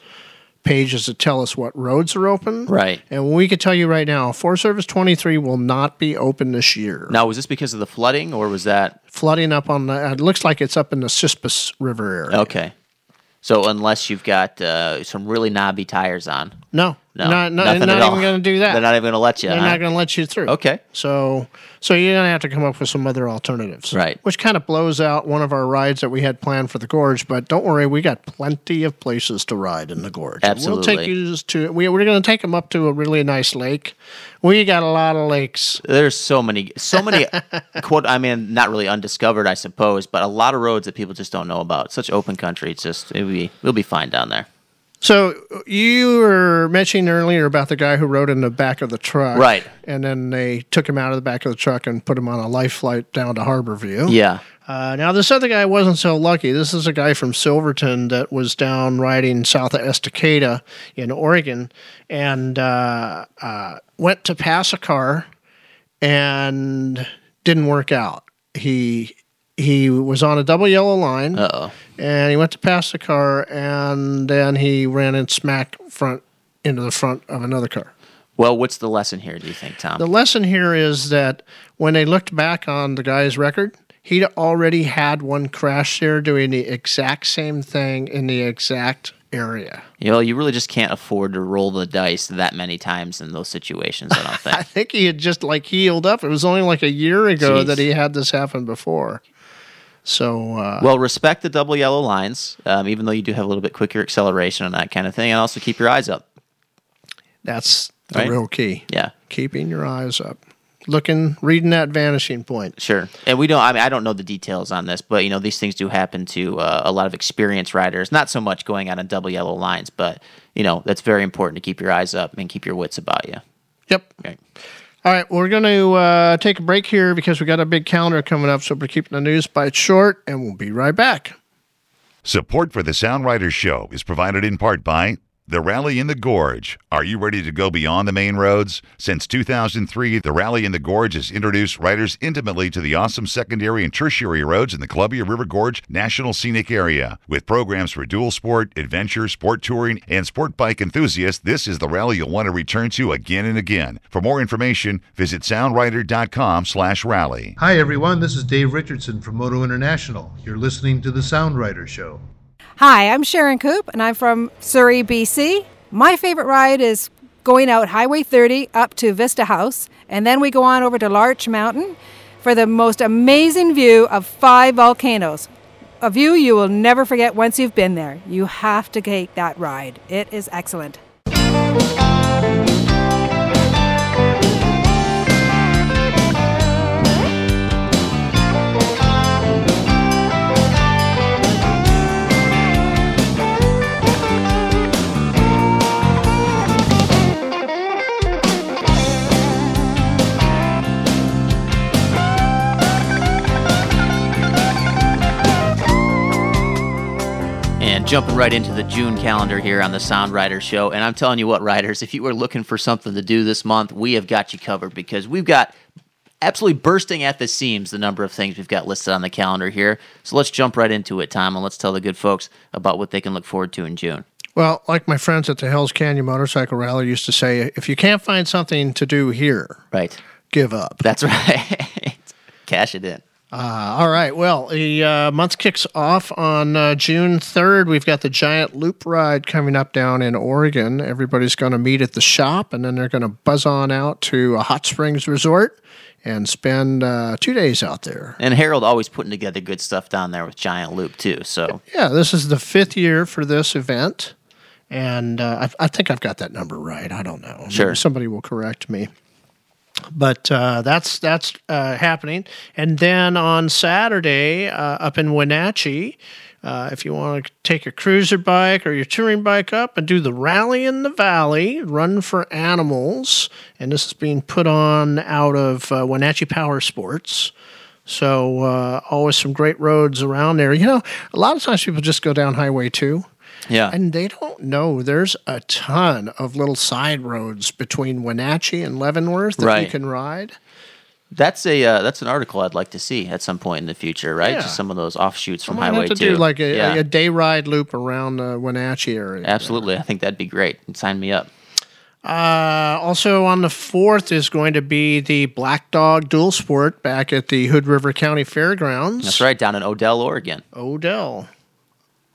[SPEAKER 4] pages that tell us what roads are open.
[SPEAKER 5] Right.
[SPEAKER 4] And we could tell you right now, Forest Service 23 will not be open this year.
[SPEAKER 5] Now, was this because of the flooding, or was that
[SPEAKER 4] Flooding up on the, it looks like it's up in the Cispus River area.
[SPEAKER 5] okay? So, unless you've got uh, some really knobby tires on,
[SPEAKER 4] No,
[SPEAKER 5] no,
[SPEAKER 4] not, not,
[SPEAKER 5] nothing at
[SPEAKER 4] not
[SPEAKER 5] all.
[SPEAKER 4] even going to do that.
[SPEAKER 5] They're not even going to let you.
[SPEAKER 4] They're
[SPEAKER 5] huh?
[SPEAKER 4] not going to let you through.
[SPEAKER 5] Okay.
[SPEAKER 4] So, so you're going to have to come up with some other alternatives.
[SPEAKER 5] Right.
[SPEAKER 4] Which kind of blows out one of our rides that we had planned for the gorge. But don't worry, we got plenty of places to ride in the gorge. We'll
[SPEAKER 5] Absolutely.
[SPEAKER 4] take you to. We, we're going to take them up to a really nice lake. We got a lot of lakes.
[SPEAKER 5] There's so many, so
[SPEAKER 4] (laughs)
[SPEAKER 5] many quote. I mean, not really undiscovered, I suppose, but a lot of roads that people just don't know about. Such open country. It's just it would be we'll be fine down there.
[SPEAKER 4] So you were mentioning earlier about the guy who rode in the back of the truck,
[SPEAKER 5] Right.
[SPEAKER 4] And then they took him out of the back of the truck and put him on a life flight down to Harborview.
[SPEAKER 5] Yeah.
[SPEAKER 4] Uh, now, this other guy wasn't so lucky. This is a guy from Silverton that was down riding south of Estacada in Oregon and uh, uh, went to pass a car and didn't work out. He he was on a double yellow line
[SPEAKER 5] Uh oh.
[SPEAKER 4] and he went to pass the car and then he ran in smack front into the front of another car.
[SPEAKER 5] Well, what's the lesson here? Do you think, Tom?
[SPEAKER 4] The lesson here is that when they looked back on the guy's record, he'd already had one crash there doing the exact same thing in the exact area.
[SPEAKER 5] You know, you really just can't afford to roll the dice that many times in those situations. I don't
[SPEAKER 4] I
[SPEAKER 5] (laughs) think.
[SPEAKER 4] think he had just like healed up. It was only like a year ago
[SPEAKER 5] Jeez.
[SPEAKER 4] that he had this happen before. So, uh,
[SPEAKER 5] well, respect the double yellow lines, um, even though you do have a little bit quicker acceleration and that kind of thing, and also keep your eyes up.
[SPEAKER 4] that's the
[SPEAKER 5] Right.
[SPEAKER 4] real key.
[SPEAKER 5] Yeah,
[SPEAKER 4] Keeping your eyes up, looking, reading that vanishing point.
[SPEAKER 5] sure. And we don't. I mean, I don't know the details on this, but you know, these things do happen to uh, a lot of experienced riders. Not so much going out on double yellow lines, but you know, that's very important to keep your eyes up and keep your wits about you.
[SPEAKER 4] Yep.
[SPEAKER 5] Right.
[SPEAKER 4] All right, we're going to uh, take a break here because we got a big calendar coming up. So we're keeping the news bite short, and we'll be right back.
[SPEAKER 1] Support for the Soundwriters Show is provided in part by The Rally in the Gorge. Are you ready to go beyond the main roads? Since 2003, The Rally in the Gorge has introduced riders intimately to the awesome secondary and tertiary roads in the Columbia River Gorge National Scenic Area. With programs for dual sport, adventure, sport touring, and sport bike enthusiasts, this is the rally you'll want to return to again and again. For more information, visit soundwriter.com slash rally.
[SPEAKER 10] Hi, everyone. This is Dave Richardson from Moto International. You're listening to The Soundwriter Show.
[SPEAKER 7] Hi, I'm Sharon Coop, and I'm from Surrey, BC. My favorite ride is going out Highway 30 up to Vista House, and then we go on over to Larch Mountain for the most amazing view of five volcanoes a view you will never forget once you've been there. You have to take that ride. It is excellent.
[SPEAKER 5] And jumping right into the June calendar here on the Sound Rider Show. And I'm telling you what, riders, if you were looking for something to do this month, we have got you covered because we've got absolutely bursting at the seams the number of things we've got listed on the calendar here. So let's jump right into it, Tom, and let's tell the good folks about what they can look forward to in June.
[SPEAKER 8] Well, like my friends at the Hells Canyon Motorcycle Rally used to say, if you can't find something to do here,
[SPEAKER 5] right,
[SPEAKER 8] give up.
[SPEAKER 5] That's (laughs) right. Cash it in.
[SPEAKER 8] Uh, all right. Well, the uh, month kicks off on uh, June 3rd. We've got the giant loop ride coming up down in Oregon. Everybody's going to meet at the shop and then they're going to buzz on out to a hot springs resort and spend uh, two days out there.
[SPEAKER 5] And Harold always putting together good stuff down there with Giant Loop, too. So
[SPEAKER 8] Yeah, this is the fifth year for this event. And uh, I, I think I've got that number right. I don't know.
[SPEAKER 5] Sure.
[SPEAKER 8] Somebody will correct me. But uh, that's that's uh, happening. And then on Saturday uh, up in Wenatchee, uh, if you want to take your cruiser bike or your touring bike up and do the rally in the valley, run for animals. And this is being put on out of uh, Wenatchee Power Sports. So uh, always some great roads around there. You know, a lot of times people just go down Highway 2.
[SPEAKER 5] Yeah.
[SPEAKER 8] And they don't know there's a ton of little side roads between Wenatchee and Leavenworth that you
[SPEAKER 5] Right.
[SPEAKER 8] can ride.
[SPEAKER 5] that's a uh, that's an article I'd like to see at some point in the future, right?
[SPEAKER 8] Yeah.
[SPEAKER 5] Just some of those offshoots
[SPEAKER 8] I
[SPEAKER 5] from
[SPEAKER 8] might have
[SPEAKER 5] Highway
[SPEAKER 8] to
[SPEAKER 5] 2.
[SPEAKER 8] do like a,
[SPEAKER 5] Yeah.
[SPEAKER 8] a day ride loop around the Wenatchee area.
[SPEAKER 5] Absolutely. I think that'd be great. Sign me up.
[SPEAKER 8] Uh, also on the 4th is going to be the Black Dog Dual Sport back at the Hood River County Fairgrounds.
[SPEAKER 5] That's right, down in Odell, Oregon.
[SPEAKER 8] Odell.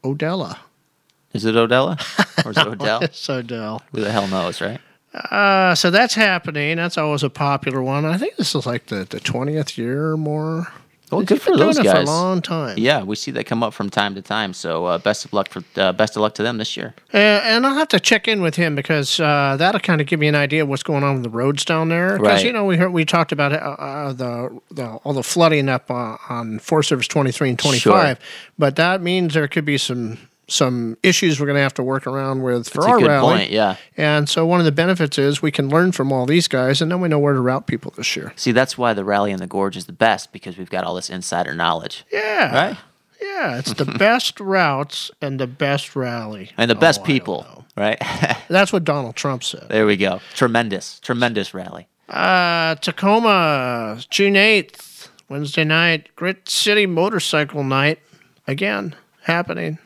[SPEAKER 8] Odella. (laughs)
[SPEAKER 5] Is it Odella? Or is (laughs) it Odell?
[SPEAKER 8] it's Odell.
[SPEAKER 5] Who the hell knows, right?
[SPEAKER 8] Uh, so that's happening. That's always a popular one. I think this is like the, the 20th year or more.
[SPEAKER 5] Well,
[SPEAKER 8] They've
[SPEAKER 5] good for
[SPEAKER 8] been doing
[SPEAKER 5] those
[SPEAKER 8] it
[SPEAKER 5] guys.
[SPEAKER 8] for a long time.
[SPEAKER 5] Yeah, we see that come up from time to time. So uh, best of luck for uh, best of luck to them this year.
[SPEAKER 8] Uh, and I'll have to check in with him because uh, that'll kind of give me an idea of what's going on with the roads down there. Because
[SPEAKER 5] Right.
[SPEAKER 8] you know we heard, we talked about uh, uh, the, the all the flooding up uh, on Forest Service twenty three and twenty five, but that means there could be some some issues we're going to have to work around with for
[SPEAKER 5] That's a
[SPEAKER 8] our
[SPEAKER 5] good
[SPEAKER 8] rally.
[SPEAKER 5] point. Yeah.
[SPEAKER 8] And so one of the benefits is we can learn from all these guys, and then we know where to route people this year.
[SPEAKER 5] See, that's why the rally in the gorge is the best because we've got all this insider knowledge.
[SPEAKER 8] Yeah.
[SPEAKER 5] Right.
[SPEAKER 8] Yeah, it's the best routes and the best rally.
[SPEAKER 5] And the
[SPEAKER 8] Oh,
[SPEAKER 5] best
[SPEAKER 8] I-
[SPEAKER 5] people, right? (laughs)
[SPEAKER 8] That's what Donald Trump said.
[SPEAKER 5] there we go. Tremendous, tremendous rally.
[SPEAKER 8] Uh, Tacoma, June 8th, Wednesday night, Grit City Motorcycle Night. Again, happening.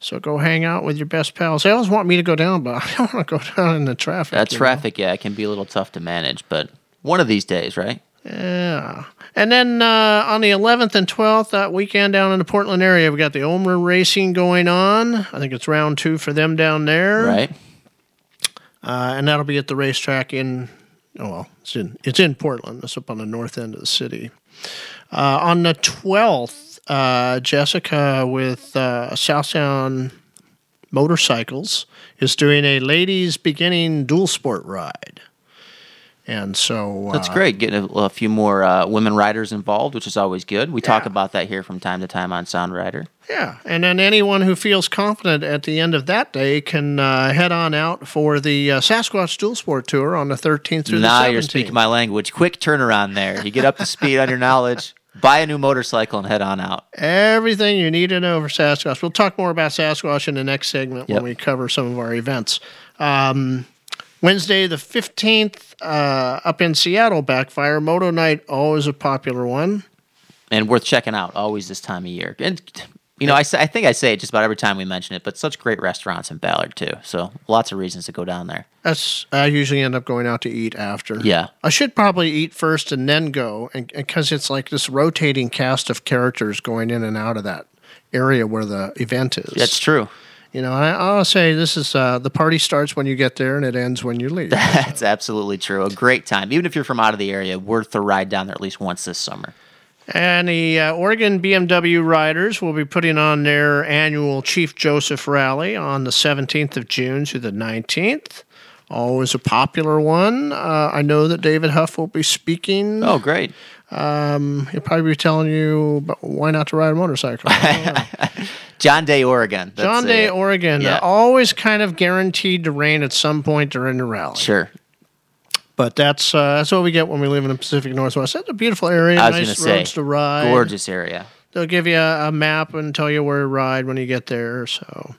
[SPEAKER 8] So go hang out with your best pals. They always want me to go down, but (laughs) I don't want to go down in the traffic.
[SPEAKER 5] That
[SPEAKER 8] you know?
[SPEAKER 5] traffic, yeah, it can be a little tough to manage, but one of these days, right?
[SPEAKER 8] Yeah. And then uh, on the 11th and 12th, that weekend down in the Portland area, we got the Omer Racing going on. I think it's round two for them down there.
[SPEAKER 5] Right.
[SPEAKER 8] Uh, and that'll be at the racetrack in, oh well, it's in it's in Portland. It's up on the north end of the city. Uh, on the twelfth, uh, Jessica with uh, South Sound Motorcycles is doing a ladies beginning dual sport ride, and so uh,
[SPEAKER 5] That's great. Getting a, a few more uh, women riders involved, which is always good. We talk about that here from time to time on Sound Rider.
[SPEAKER 8] Yeah, and then anyone who feels confident at the end of that day can uh, head on out for the uh, Sasquatch Dual Sport Tour on the thirteenth through
[SPEAKER 5] Now
[SPEAKER 8] the 17th
[SPEAKER 5] you're speaking my language. Quick turnaround there. You get up to speed on your knowledge, buy a new motorcycle, and head on out.
[SPEAKER 8] Everything you need to know for Sasquatch. We'll talk more about Sasquatch in the next segment
[SPEAKER 5] Yep.
[SPEAKER 8] when we cover some of our events. Um, Wednesday, the 15th, uh, up in Seattle, Backfire. Moto Night, always a popular one.
[SPEAKER 5] And worth checking out always this time of year. And, you know, I, say- I think I say it just about every time we mention it, but such great restaurants in Ballard, too. So lots of reasons to go down there.
[SPEAKER 8] That's I usually end up going out to eat after.
[SPEAKER 5] Yeah.
[SPEAKER 8] I should probably eat first and then go, and because it's like this rotating cast of characters going in and out of that area where the event is.
[SPEAKER 5] That's (laughs) true.
[SPEAKER 8] You know, and I always say this is uh, the party starts when you get there and it ends when you leave.
[SPEAKER 5] That's absolutely true. A great time. Even if you're from out of the area, worth the ride down there at least once this summer.
[SPEAKER 8] And the uh, Oregon BMW Riders will be putting on their annual Chief Joseph Rally on the 17th of June to the 19th. Always a popular one. Uh, I know that David Huff will be speaking.
[SPEAKER 5] Oh, great.
[SPEAKER 8] Um, he'll probably be telling you about why not to ride
[SPEAKER 5] (laughs)
[SPEAKER 8] a motorcycle.
[SPEAKER 5] John Day, Oregon. That's
[SPEAKER 8] John Day,
[SPEAKER 5] it.
[SPEAKER 8] Oregon.
[SPEAKER 5] Yeah.
[SPEAKER 8] Always kind of guaranteed to rain at some point during the rally.
[SPEAKER 5] Sure.
[SPEAKER 8] But that's uh, that's what we get when we live in the Pacific Northwest. That's a beautiful area.
[SPEAKER 5] I was going
[SPEAKER 8] nice
[SPEAKER 5] to say,
[SPEAKER 8] roads to ride.
[SPEAKER 5] gorgeous area.
[SPEAKER 8] They'll give you a, a map and tell you where to ride when you get there. So,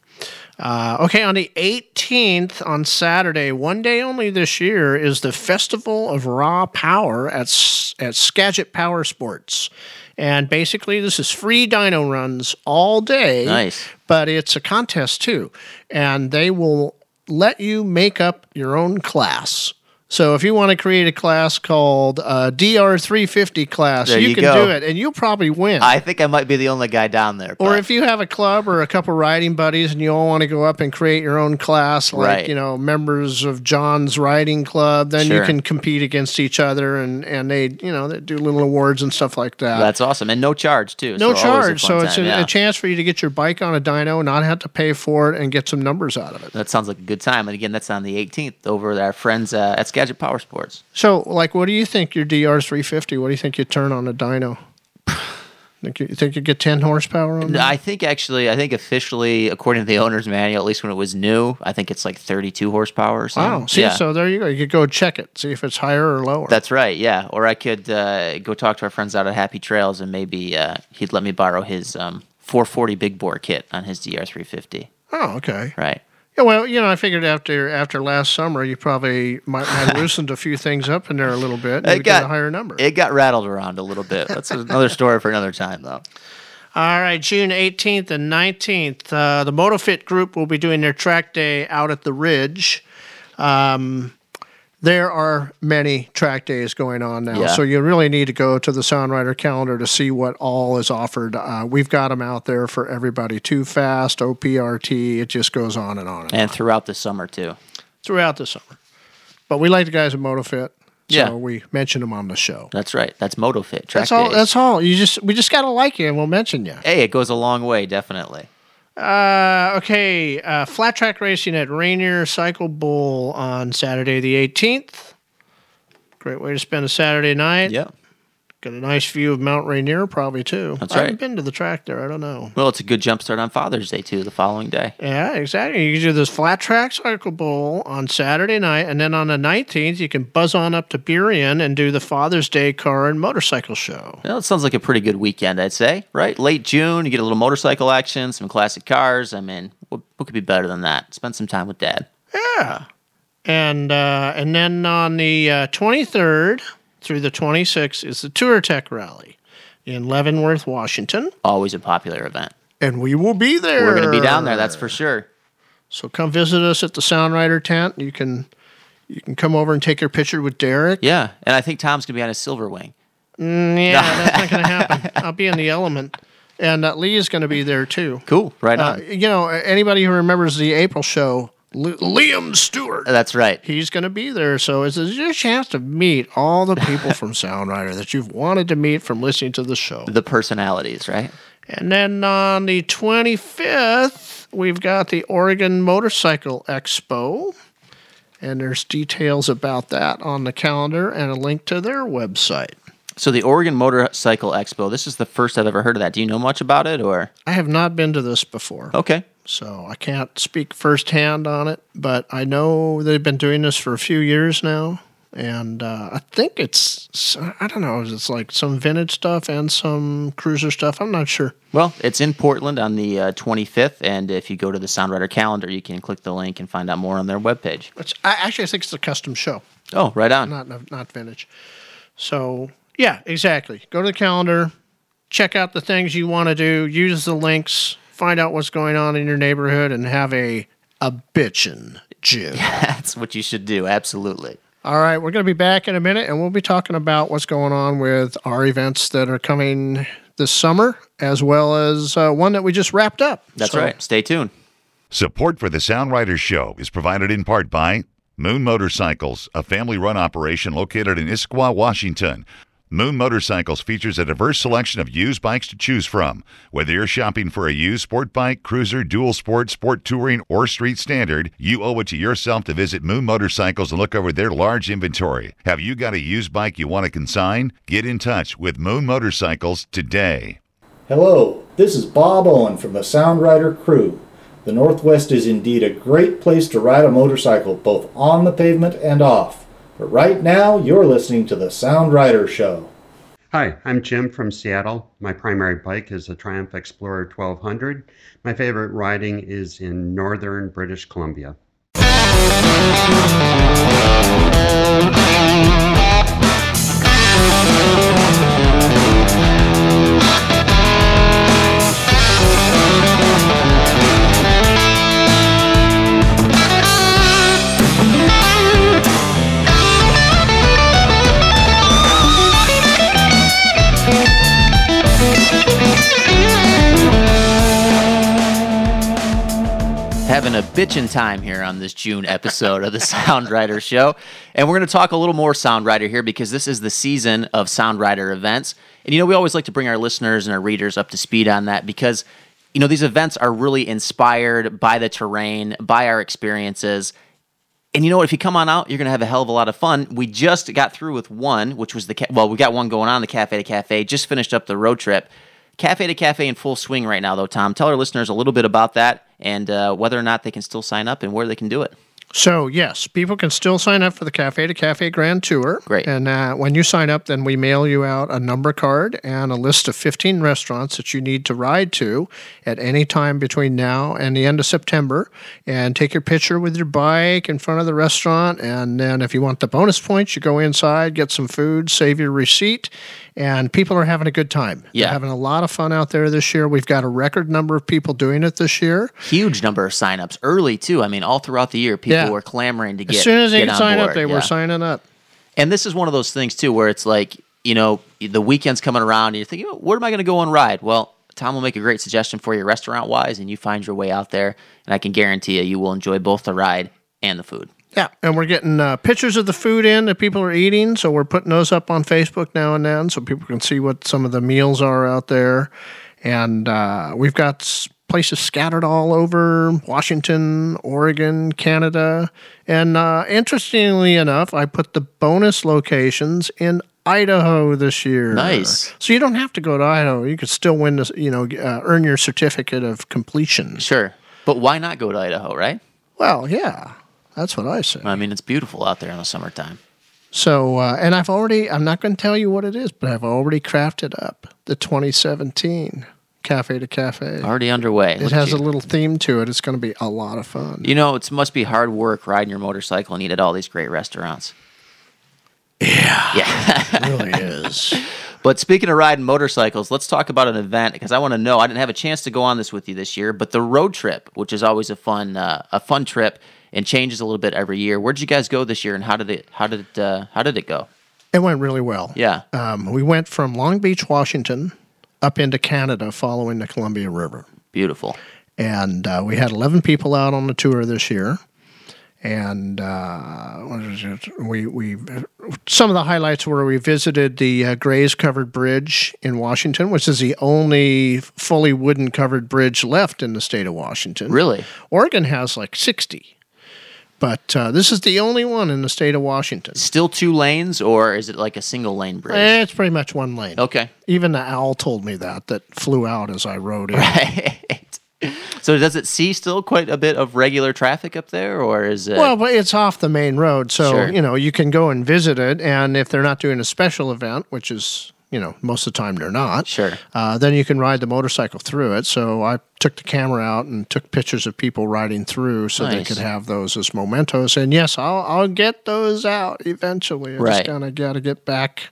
[SPEAKER 8] uh, okay, on the 18th on Saturday, one day only this year is the Festival of Raw Power at S- at Skagit Power Sports, and basically this is free dyno runs all day.
[SPEAKER 5] Nice.
[SPEAKER 8] but it's a contest too, and they will let you make up your own class. So if you want to create a class called uh, DR350 class,
[SPEAKER 5] There you
[SPEAKER 8] can
[SPEAKER 5] go.
[SPEAKER 8] do it, and you'll probably win.
[SPEAKER 5] I think I might be the only guy down there.
[SPEAKER 8] Or
[SPEAKER 5] but-
[SPEAKER 8] if you have a club or a couple riding buddies and you all want to go up and create your own class, like
[SPEAKER 5] Right.
[SPEAKER 8] you know members of John's riding club, then
[SPEAKER 5] Sure.
[SPEAKER 8] you can compete against each other and and they you know they do little awards and stuff like that.
[SPEAKER 5] that's awesome. And no charge, too.
[SPEAKER 8] no
[SPEAKER 5] so always a
[SPEAKER 8] charge,
[SPEAKER 5] fun
[SPEAKER 8] so it's
[SPEAKER 5] time,
[SPEAKER 8] a,
[SPEAKER 5] yeah.
[SPEAKER 8] a chance for you to get your bike on a dyno, not have to pay for it, and get some numbers out of it.
[SPEAKER 5] That sounds like a good time. And again, that's on the 18th over at our friends uh, at Skagit Power Sports.
[SPEAKER 8] So, like, what do you think your DR350? What do you think you turn on a dyno? (sighs) think you think you get ten horsepower on
[SPEAKER 5] No,
[SPEAKER 8] that?
[SPEAKER 5] I think actually, I think officially, according to the owner's manual, at least when it was new, I think it's like 32 horsepower or something.
[SPEAKER 8] Wow. See,
[SPEAKER 5] yeah.
[SPEAKER 8] so there you go. You could go check it, see if it's higher or lower.
[SPEAKER 5] That's right, yeah. Or I could uh, go talk to our friends out at Happy Trails and maybe uh, he'd let me borrow his um, 440 big bore kit on his DR350.
[SPEAKER 8] oh, okay.
[SPEAKER 5] Right.
[SPEAKER 8] Yeah, well, you know, I figured after after last summer, you probably
[SPEAKER 5] (laughs)
[SPEAKER 8] might have loosened a few things up in there a little bit. And
[SPEAKER 5] It
[SPEAKER 8] you
[SPEAKER 5] got-
[SPEAKER 8] got a higher number.
[SPEAKER 5] It got rattled around a little bit. That's another story for another time, though.
[SPEAKER 8] All right, June 18th and 19th, uh, the MotoFit group will be doing their track day out at the Ridge. Um, there are many track days going on now,
[SPEAKER 5] Yeah.
[SPEAKER 8] so you really need to go to the Soundwriter calendar to see what all is offered. Uh, we've got them out there for everybody. Too Fast, OPRT, it just goes on and on and
[SPEAKER 5] And throughout the summer, too.
[SPEAKER 8] throughout the summer. But we like the guys at MotoFit, so
[SPEAKER 5] Yeah.
[SPEAKER 8] we mention them on the show.
[SPEAKER 5] That's right. That's MotoFit. Track
[SPEAKER 8] that's all.
[SPEAKER 5] days.
[SPEAKER 8] That's all. You just we just gotta like you, and we'll mention you.
[SPEAKER 5] hey, it goes a long way, definitely.
[SPEAKER 8] Uh, okay, uh, flat track racing at Rainier Cycle Bowl on Saturday the 18th. Great way to spend a Saturday night.
[SPEAKER 5] Yeah.
[SPEAKER 8] Got a nice view of Mount Rainier, probably too.
[SPEAKER 5] That's
[SPEAKER 8] I haven't
[SPEAKER 5] right.
[SPEAKER 8] been to the track there. I don't know.
[SPEAKER 5] Well, it's a good jumpstart on Father's Day, too, the following day.
[SPEAKER 8] Yeah, exactly. You can do this flat track cycle bowl on Saturday night, and then on the 19th, you can buzz on up to Burien and do the Father's Day car and motorcycle show.
[SPEAKER 5] Well, it sounds like a pretty good weekend, I'd say, right? Late June, you get a little motorcycle action, some classic cars. I mean, what, what could be better than that? Spend some time with dad.
[SPEAKER 8] Yeah. And uh, and then on the uh, 23rd through the 26th is the Tour Tech Rally in Leavenworth, Washington.
[SPEAKER 5] Always a popular event.
[SPEAKER 8] And we will be there.
[SPEAKER 5] We're going to be down there, that's for sure.
[SPEAKER 8] So come visit us at the Soundwriter tent. You can you can come over and take your picture with Derek.
[SPEAKER 5] Yeah. And I think Tom's going to be on his silver wing. (laughs)
[SPEAKER 8] Mm, yeah, that's not going to happen. I'll be in the element. And uh, Lee is going to be there too.
[SPEAKER 5] Cool. Right
[SPEAKER 8] Uh,
[SPEAKER 5] on.
[SPEAKER 8] you know, anybody who remembers the April show, Li- Liam Stewart.
[SPEAKER 5] that's right.
[SPEAKER 8] He's going to be there. So it's it's your chance to meet all the people from Soundwriter that you've wanted to meet from listening to the show.
[SPEAKER 5] The personalities, right?
[SPEAKER 8] And then on the 25th, we've got the Oregon Motorcycle Expo. And there's details about that on the calendar and a link to their website.
[SPEAKER 5] So, the Oregon Motorcycle Expo, this is the first I've ever heard of that. Do you know much about it or?
[SPEAKER 8] I have not been to this before.
[SPEAKER 5] Okay.
[SPEAKER 8] So I can't speak firsthand on it, but I know they've been doing this for a few years now. And uh, I think it's, I don't know, it's like some vintage stuff and some cruiser stuff. I'm not sure.
[SPEAKER 5] Well, it's in Portland on the uh, 25th. And if you go to the Soundwriter calendar, you can click the link and find out more on their webpage.
[SPEAKER 8] It's, I actually I think it's a custom show,
[SPEAKER 5] Oh, right on.
[SPEAKER 8] not not vintage. So yeah, exactly. Go to the calendar, check out the things you want to do, use the links, find out what's going on in your neighborhood, and have a a bitchin'
[SPEAKER 5] (laughs)
[SPEAKER 8] June.
[SPEAKER 5] That's what you should do. Absolutely.
[SPEAKER 8] All right, we're going to be back in a minute and we'll be talking about what's going on with our events that are coming this summer, as well as uh, one that we just wrapped up.
[SPEAKER 5] That's
[SPEAKER 8] So-
[SPEAKER 5] right. Stay tuned.
[SPEAKER 1] Support for the Soundwriters Show is provided in part by Moon Motorcycles, a family run operation located in Issaquah, Washington. Moon Motorcycles features a diverse selection of used bikes to choose from. Whether you're shopping for a used sport bike, cruiser, dual sport, sport touring, or street standard, you owe it to yourself to visit Moon Motorcycles and look over their large inventory. Have you got a used bike you want to consign? Get in touch with Moon Motorcycles today.
[SPEAKER 4] Hello, this is Bob Owen from the Soundrider crew. The Northwest is indeed a great place to ride a motorcycle, both on the pavement and off. But right now, you're listening to the Soundrider Show.
[SPEAKER 11] Hi, I'm Jim from Seattle. My primary bike is a Triumph Explorer 1200. My favorite riding is in northern British Columbia.
[SPEAKER 5] Having a bitchin' time here on this June episode of the (laughs) Soundwriter Show. And we're going to talk a little more Soundwriter here because this is the season of Soundwriter events. And, you know, we always like to bring our listeners and our readers up to speed on that because, you know, these events are really inspired by the terrain, by our experiences. And you know what? If you come on out, you're going to have a hell of a lot of fun. We just got through with one, which was the ca- well, we got one going on the cafe to cafe. Just finished up the road trip. Cafe to cafe in full swing right now, though. Tom, tell our listeners a little bit about that and uh, whether or not they can still sign up and where they can do it.
[SPEAKER 8] So yes, people can still sign up for the Cafe to Cafe Grand Tour. Great. And uh, when you sign up, then we mail you out a number card and a list of 15 restaurants that you need to ride to at any time between now and the end of September. And take your picture with your bike in front of the restaurant. And then if you want the bonus points, you go inside, get some food, save your receipt. And people are having a good time.
[SPEAKER 5] Yeah.
[SPEAKER 8] They're having a lot of fun out there this year. We've got a record number of people doing it this year.
[SPEAKER 5] Huge number of signups early too. I mean, all throughout the year, people
[SPEAKER 8] Yeah.
[SPEAKER 5] were clamoring to get
[SPEAKER 8] as soon as they
[SPEAKER 5] get
[SPEAKER 8] could
[SPEAKER 5] on
[SPEAKER 8] sign up,
[SPEAKER 5] board.
[SPEAKER 8] they
[SPEAKER 5] Yeah.
[SPEAKER 8] were signing up.
[SPEAKER 5] And this is one of those things too, where it's like you know the weekend's coming around, and you're thinking, "Oh, where am I going to go on ride? Well, Tom will make a great suggestion for you, restaurant wise, and you find your way out there, and I can guarantee you, you will enjoy both the ride and the food.
[SPEAKER 8] Yeah, and we're getting uh, pictures of the food in that people are eating, so we're putting those up on Facebook now and then, so people can see what some of the meals are out there. And uh, we've got s- places scattered all over Washington, Oregon, Canada, and uh, interestingly enough, I put the bonus locations in Idaho this year.
[SPEAKER 5] Nice.
[SPEAKER 8] So you don't have to go to Idaho; you could still win this, you know, uh, earn your certificate of completion.
[SPEAKER 5] Sure, but why not go to Idaho, right?
[SPEAKER 8] Well, yeah, that's what I say.
[SPEAKER 5] I mean, it's beautiful out there in the summertime.
[SPEAKER 8] So, uh, and I've already, I'm not going to tell you what it is, but I've already crafted up the 2017 Cafe to Cafe.
[SPEAKER 5] Already underway.
[SPEAKER 8] It
[SPEAKER 5] Look
[SPEAKER 8] has
[SPEAKER 5] at
[SPEAKER 8] a
[SPEAKER 5] you.
[SPEAKER 8] little theme to it. It's going to be a lot of fun.
[SPEAKER 5] You know, it must be hard work riding your motorcycle and eat at all these great restaurants. Yeah. Yeah.
[SPEAKER 8] really is.
[SPEAKER 5] But speaking of riding motorcycles, let's talk about an event because I want to know. I didn't have a chance to go on this with you this year, but the road trip, which is always a fun uh, a fun trip and changes a little bit every year. Where'd you guys go this year, and how did it how did it uh, how did it go?
[SPEAKER 8] (laughs) It went really well.
[SPEAKER 5] Yeah.
[SPEAKER 8] Um, we went from Long Beach, Washington, up into Canada following the Columbia River.
[SPEAKER 5] Beautiful.
[SPEAKER 8] And uh, we had 11 people out on the tour this year. And uh, what is it? we, we some of the highlights were we visited the uh, Grays Covered Bridge in Washington, which is the only fully wooden covered bridge left in the state of Washington.
[SPEAKER 5] Really?
[SPEAKER 8] Oregon has like 60, but uh, this is the only one in the state of Washington.
[SPEAKER 5] Still two lanes, or is it like a single lane bridge?
[SPEAKER 8] Eh, It's pretty much one lane.
[SPEAKER 5] Okay. (laughs)
[SPEAKER 8] Even the owl told me that, that flew out as I rode it.
[SPEAKER 5] So does it see still quite a bit of regular traffic up there, or is it?
[SPEAKER 8] Well, but it's off the main road, so
[SPEAKER 5] Sure.
[SPEAKER 8] you know you can go and visit it. And if they're not doing a special event, which is you know most of the time they're not,
[SPEAKER 5] sure.
[SPEAKER 8] Uh, then you can ride the motorcycle through it. So I took the camera out and took pictures of people riding through, so they
[SPEAKER 5] Nice.
[SPEAKER 8] could have those as mementos. And yes, I'll I'll get those out eventually. I
[SPEAKER 5] Right.
[SPEAKER 8] just kind of got to get back,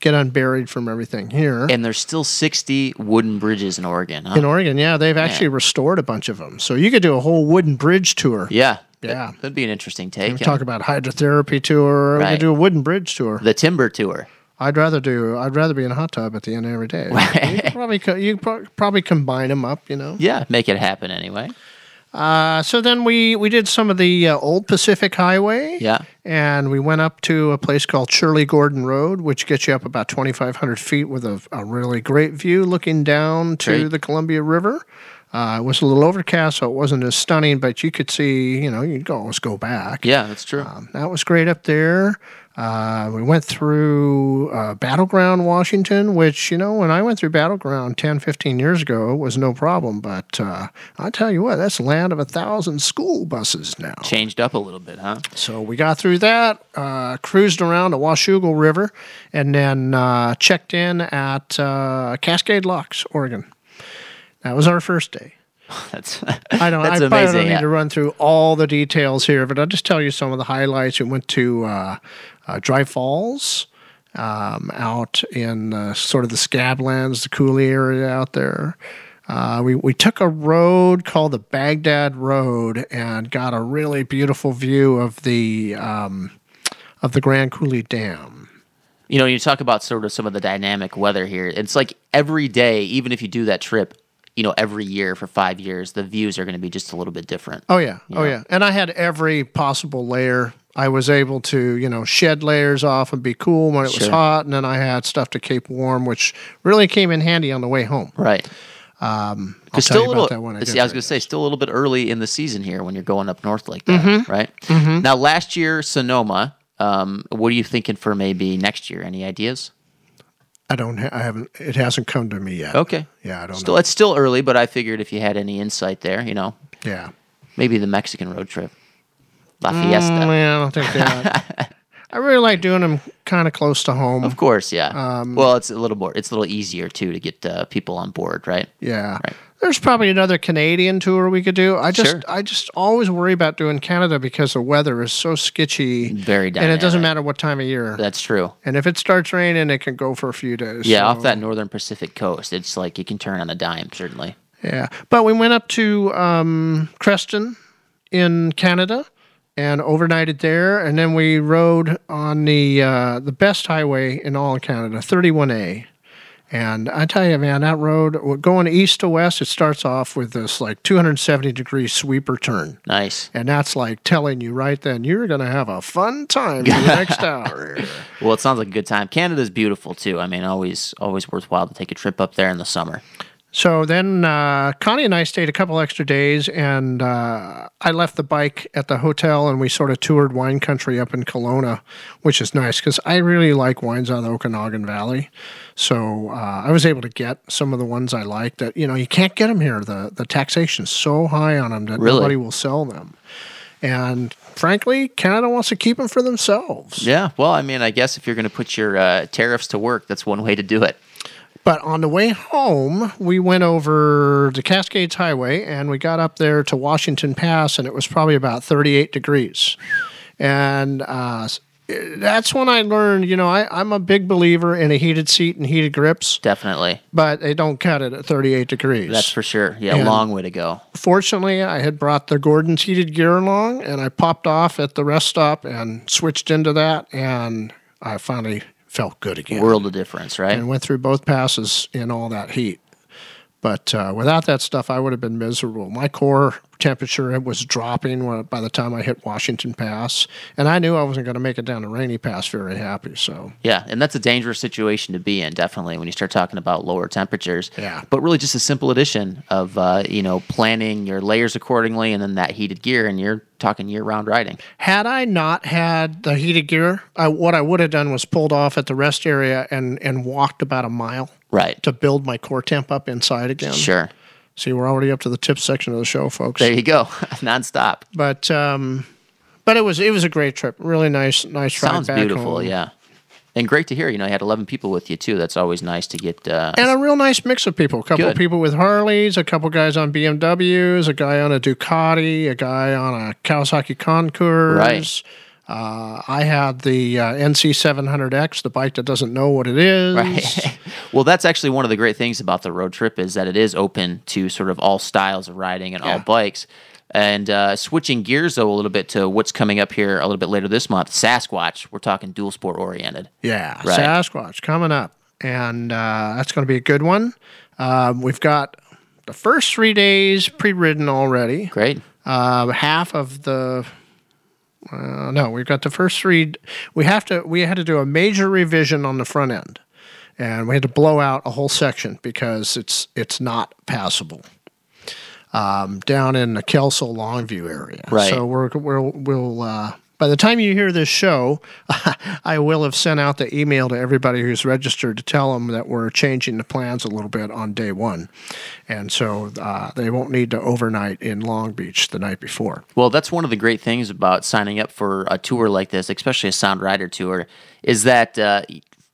[SPEAKER 8] get unburied from everything here.
[SPEAKER 5] And there's still 60 wooden bridges in Oregon. Huh?
[SPEAKER 8] in Oregon, yeah, they've actually restored a bunch of them. So you could do a whole wooden bridge tour.
[SPEAKER 5] yeah.
[SPEAKER 8] Yeah.
[SPEAKER 5] That'd be an interesting
[SPEAKER 8] We
[SPEAKER 5] take.
[SPEAKER 8] could talk about hydrotherapy tour. We
[SPEAKER 5] Right.
[SPEAKER 8] could do a wooden bridge tour.
[SPEAKER 5] the timber tour.
[SPEAKER 8] I'd rather do. I'd rather be in a hot tub at the end of every day. you could probably co- you could pro- probably combine them up. You know.
[SPEAKER 5] Yeah. Make it happen anyway.
[SPEAKER 8] Uh, so then we, we did some of the uh, old Pacific Highway.
[SPEAKER 5] Yeah.
[SPEAKER 8] And we went up to a place called Shirley Gordon Road, which gets you up about 2,500 feet with a, a really great view looking down to
[SPEAKER 5] Great.
[SPEAKER 8] the Columbia River. Uh, it was a little overcast, so it wasn't as stunning, but you could see, you know, you could always go back.
[SPEAKER 5] Yeah, that's true.
[SPEAKER 8] That was great up there. Uh, we went through uh, Battleground, Washington, which, you know, when I went through Battleground 10, 15 years ago, it was no problem. But uh, I tell you what, that's land of a thousand school buses now.
[SPEAKER 5] Changed up a little bit, huh? (laughs)
[SPEAKER 8] So we got through that, uh, cruised around the Washougal River, and then uh, checked in at uh, Cascade Locks, Oregon. That was our first day.
[SPEAKER 5] That's
[SPEAKER 8] I don't.
[SPEAKER 5] That's
[SPEAKER 8] I probably
[SPEAKER 5] amazing,
[SPEAKER 8] don't need
[SPEAKER 5] yeah.
[SPEAKER 8] to run through all the details here, but I'll just tell you some of the highlights. We went to uh, uh, Dry Falls, um, out in uh, sort of the Scablands, the Coulee area out there. Uh, we we took a road called the Baghdad Road and got a really beautiful view of the um, of the Grand Coulee Dam.
[SPEAKER 5] you know, you talk about sort of some of the dynamic weather here. It's like every day, even if you do that trip, you know, every year for five years, the views are going to be just a little bit different.
[SPEAKER 8] Oh yeah. Oh
[SPEAKER 5] Yeah.
[SPEAKER 8] yeah. And I had every possible layer. I was able to, you know, shed layers off and be cool when it was
[SPEAKER 5] Sure.
[SPEAKER 8] hot, and then I had stuff to keep warm, which really came in handy on the way home.
[SPEAKER 5] Right.
[SPEAKER 8] Um, I'll
[SPEAKER 5] Because
[SPEAKER 8] tell
[SPEAKER 5] still
[SPEAKER 8] you
[SPEAKER 5] a
[SPEAKER 8] about
[SPEAKER 5] little.
[SPEAKER 8] that when I
[SPEAKER 5] see,
[SPEAKER 8] get
[SPEAKER 5] I was
[SPEAKER 8] there.
[SPEAKER 5] going to say, still a little bit early in the season here when you're going up north like that,
[SPEAKER 8] Mhm.
[SPEAKER 5] right?
[SPEAKER 8] Mhm.
[SPEAKER 5] Now, last year Sonoma. Um, what are you thinking for maybe next year? Any ideas?
[SPEAKER 8] I don't. Ha- I haven't. It hasn't come to me yet.
[SPEAKER 5] Okay.
[SPEAKER 8] Yeah, I don't
[SPEAKER 5] Still,
[SPEAKER 8] know.
[SPEAKER 5] it's still early, but I figured if you had any insight there, you know,
[SPEAKER 8] Yeah.
[SPEAKER 5] maybe the Mexican road trip, La Fiesta.
[SPEAKER 8] Mm, yeah, I don't think
[SPEAKER 5] (laughs)
[SPEAKER 8] that. I really like doing them kind of close to home.
[SPEAKER 5] Of course, yeah.
[SPEAKER 8] Um,
[SPEAKER 5] well, it's a little more. It's a little easier too to get uh, people on board, right?
[SPEAKER 8] Yeah. There's probably another Canadian tour we could do. I just
[SPEAKER 5] Sure.
[SPEAKER 8] I just always worry about doing Canada because the weather is so sketchy.
[SPEAKER 5] Very
[SPEAKER 8] And it
[SPEAKER 5] dynamic.
[SPEAKER 8] doesn't matter what time of year.
[SPEAKER 5] That's true.
[SPEAKER 8] And if it starts raining, it can go for a few days.
[SPEAKER 5] Yeah,
[SPEAKER 8] so-
[SPEAKER 5] off that northern Pacific coast, it's like you can turn on a dime, certainly.
[SPEAKER 8] Yeah, but we went up to um, Creston in Canada and overnighted there, and then we rode on the uh, the best highway in all of Canada, 31A. And I tell you, man, that road going east to west, it starts off with this like 270 degree sweeper turn.
[SPEAKER 5] Nice.
[SPEAKER 8] And that's like telling you right then, you're going to have a fun time for
[SPEAKER 5] (laughs)
[SPEAKER 8] the next hour.
[SPEAKER 5] Well, it sounds like a good time. Canada's beautiful too. I mean, always always worthwhile to take a trip up there in the summer.
[SPEAKER 8] So then uh, Connie and I stayed a couple extra days, and uh, I left the bike at the hotel, and we sort of toured wine country up in Kelowna, which is nice because I really like wines out of the Okanagan Valley. So uh, I was able to get some of the ones I like that you know you can't get them here. The the taxation's so high on them that
[SPEAKER 5] Really?
[SPEAKER 8] nobody will sell them, and frankly, Canada wants to keep them for themselves.
[SPEAKER 5] Yeah. Well, I mean, I guess if you're going to put your uh, tariffs to work, that's one way to do it.
[SPEAKER 8] But on the way home, we went over the Cascades Highway and we got up there to Washington Pass, and it was probably about 38 degrees. And uh, s- that's when I learned, you know, I, I'm a big believer in a heated seat and heated grips.
[SPEAKER 5] Definitely.
[SPEAKER 8] But they don't cut it at 38 degrees.
[SPEAKER 5] That's for sure. Yeah,
[SPEAKER 8] And-
[SPEAKER 5] long way to go.
[SPEAKER 8] Fortunately, I had brought the Gordon's heated gear along, and I popped off at the rest stop and switched into that, and I finally felt good again
[SPEAKER 5] World of difference, right?
[SPEAKER 8] and went through both passes in all that heat. But uh, without that stuff, I would have been miserable. My core temperature was dropping when, by the time I hit Washington Pass, and I knew I wasn't going to make it down to Rainy Pass very happy. So
[SPEAKER 5] Yeah, and that's a dangerous situation to be in, definitely, when you start talking about lower temperatures.
[SPEAKER 8] Yeah.
[SPEAKER 5] But really, just a simple addition of uh, you know planning your layers accordingly, and then that heated gear, and you're talking year-round riding.
[SPEAKER 8] had I not had the heated gear, I, what I would have done was pulled off at the rest area and and walked about a mile
[SPEAKER 5] Right.
[SPEAKER 8] to build my core temp up inside again.
[SPEAKER 5] Sure.
[SPEAKER 8] See, we're already up to the tip section of the show, folks.
[SPEAKER 5] There you go, (laughs) nonstop.
[SPEAKER 8] But um, but it was it was a great trip. Really nice nice ride
[SPEAKER 5] Sounds
[SPEAKER 8] back
[SPEAKER 5] beautiful.
[SPEAKER 8] home.
[SPEAKER 5] Yeah. And great to hear. You know, you had 11 people with you too. That's always nice to get. Uh,
[SPEAKER 8] and a real nice mix of people. A couple
[SPEAKER 5] Good.
[SPEAKER 8] people with Harleys, a couple guys on BMWs, a guy on a Ducati, a guy on a Kawasaki Concours.
[SPEAKER 5] Right.
[SPEAKER 8] Uh, I had the uh, NC700X, the bike that doesn't know what it is.
[SPEAKER 5] Right. (laughs) well, that's actually one of the great things about the road trip is that it is open to sort of all styles of riding and all bikes. And uh, switching gears though a little bit to what's coming up here a little bit later this month, Sasquatch. We're talking dual sport oriented.
[SPEAKER 8] (laughs) Yeah,
[SPEAKER 5] Right.
[SPEAKER 8] Sasquatch coming up, and uh, that's going to be a good one. Um, we've got the first three days pre-ridden already.
[SPEAKER 5] Great.
[SPEAKER 8] Uh, half of the. Uh, no, we've got the first three. We have to. We had to do a major revision on the front end, and we had to blow out a whole section because it's it's not passable. Um, down in the Kelso Longview area.
[SPEAKER 5] Right.
[SPEAKER 8] So we're we're we'll. Uh, by the time you hear this show, (laughs) I will have sent out the email to everybody who's registered to tell them that we're changing the plans a little bit on day one. And so uh, they won't need to overnight in Long Beach the night before.
[SPEAKER 5] Well, that's one of the great things about signing up for a tour like this, especially a Sound Rider tour, is that uh,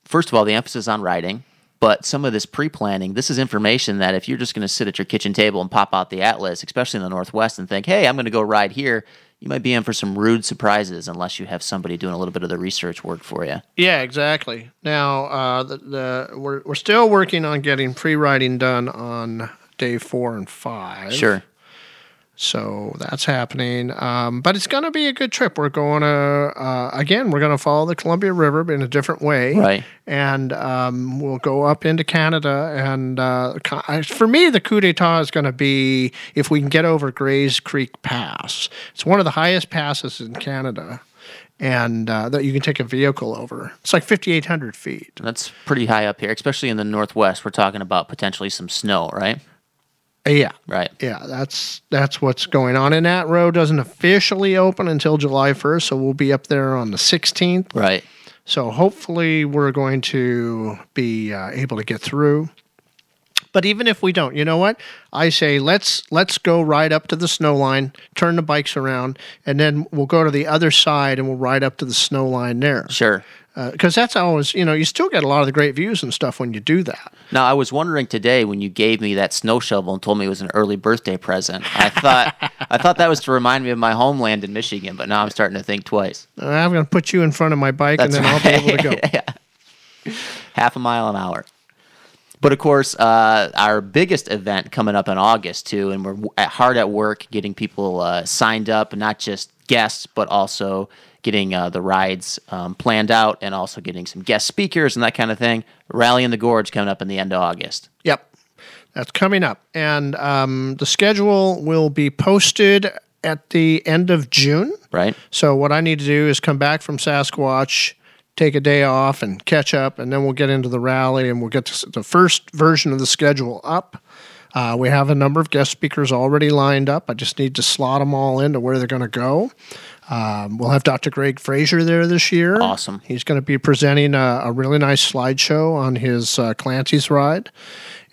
[SPEAKER 5] first of all, the emphasis on writing, but some of this pre-planning. This is information that if you're just going to sit at your kitchen table and pop out the atlas, especially in the Northwest, and think, "Hey, I'm going to go ride here," you might be in for some rude surprises unless you have somebody doing a little bit of the research work for you.
[SPEAKER 8] Yeah, exactly. Now, uh, the, the, we're, we're still working on getting pre writing done on day four and five.
[SPEAKER 5] Sure.
[SPEAKER 8] So that's happening. Um, but it's going to be a good trip. We're going to, uh, again, we're going to follow the Columbia River but in a different way.
[SPEAKER 5] Right.
[SPEAKER 8] And um, we'll go up into Canada. And uh, co- I- for me, the coup d'etat is going to be if we can get over Gray's Creek Pass. It's one of the highest passes in Canada. And uh, that you can take a vehicle over. It's like 5,800 feet.
[SPEAKER 5] That's pretty high up here, especially in the Northwest. We're talking about potentially some snow, right?
[SPEAKER 8] Uh, Yeah,
[SPEAKER 5] Right.
[SPEAKER 8] yeah, that's that's what's going on. And that road doesn't officially open until July 1st, so we'll be up there on the 16th.
[SPEAKER 5] Right.
[SPEAKER 8] So hopefully we're going to be uh, able to get through. But even if we don't, you know what? I say let's let's go right up to the snow line, turn the bikes around, and then we'll go to the other side and we'll ride up to the snow line there.
[SPEAKER 5] Sure.
[SPEAKER 8] Because that's always, you know, you still get a lot of the great views and stuff when you do that.
[SPEAKER 5] Now, I was wondering today when you gave me that snow shovel and told me it was an early birthday present. I thought I thought that was to remind me of my homeland in Michigan, but now I'm starting to think twice.
[SPEAKER 8] Uh, I'm going to put you in front of my bike,
[SPEAKER 5] That's
[SPEAKER 8] and then I'll be able to go.
[SPEAKER 5] (laughs) half a mile an hour. But of course, uh, our biggest event coming up in August too, and we're w- at- hard at work getting people uh, signed up, not just guests, but also getting uh, the rides um, planned out, and also getting some guest speakers and that kind of thing. Rally in the Gorge coming up in the end of August.
[SPEAKER 8] Yep. That's coming up. And um, the schedule will be posted at the end of June.
[SPEAKER 5] Right.
[SPEAKER 8] So, what I need to do is come back from Sasquatch, take a day off, and catch up. And then we'll get into the rally and we'll get this- the first version of the schedule up. Uh, we have a number of guest speakers already lined up. I just need to slot them all into where they're going to go. Um, we'll have Dr. Greg Frazier there this year.
[SPEAKER 5] Awesome.
[SPEAKER 8] He's going to be presenting a, a really nice slideshow on his uh, Clancy's ride.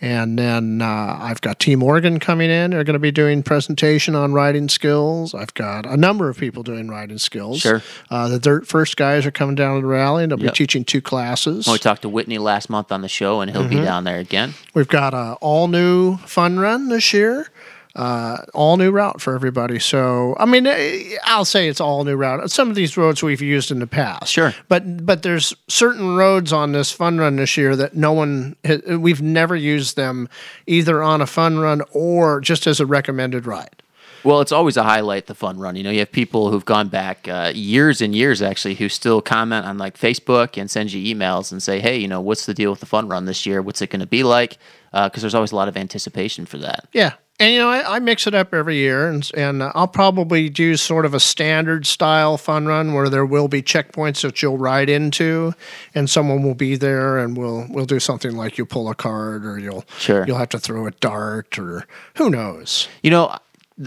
[SPEAKER 8] And then uh, I've got Team Morgan coming in. They're going to be doing presentation on riding skills. I've got a number of people doing riding skills.
[SPEAKER 5] Sure.
[SPEAKER 8] Uh, the Dirt First guys are coming down to the rally, and they'll
[SPEAKER 5] Yep.
[SPEAKER 8] be teaching two classes.
[SPEAKER 5] Well, we talked to Whitney last month on the show, and he'll be
[SPEAKER 8] Mhm.
[SPEAKER 5] down there again.
[SPEAKER 8] We've got a all new fun run this year, uh, all new route for everybody. So I mean, eh, I'll say it's all new route. Some of these roads we've used in the past,
[SPEAKER 5] sure,
[SPEAKER 8] but but there's certain roads on this fun run this year that no one ha- we've never used them either on a fun run or just as a recommended ride.
[SPEAKER 5] Well, it's always a highlight, the fun run. You know, you have people who've gone back uh, years and years, actually, who still comment on like Facebook and send you emails and say, hey, you know, what's the deal with the fun run this year? What's it going to be like? Because there's always a lot of anticipation for that.
[SPEAKER 8] Yeah. And you know, I, I mix it up every year, and and uh, I'll probably do sort of a standard style fun run where there will be checkpoints that you'll ride into, and someone will be there, and we'll we'll do something like you pull a card, or you'll
[SPEAKER 5] Sure.
[SPEAKER 8] you'll have to throw a dart, or who knows.
[SPEAKER 5] You know,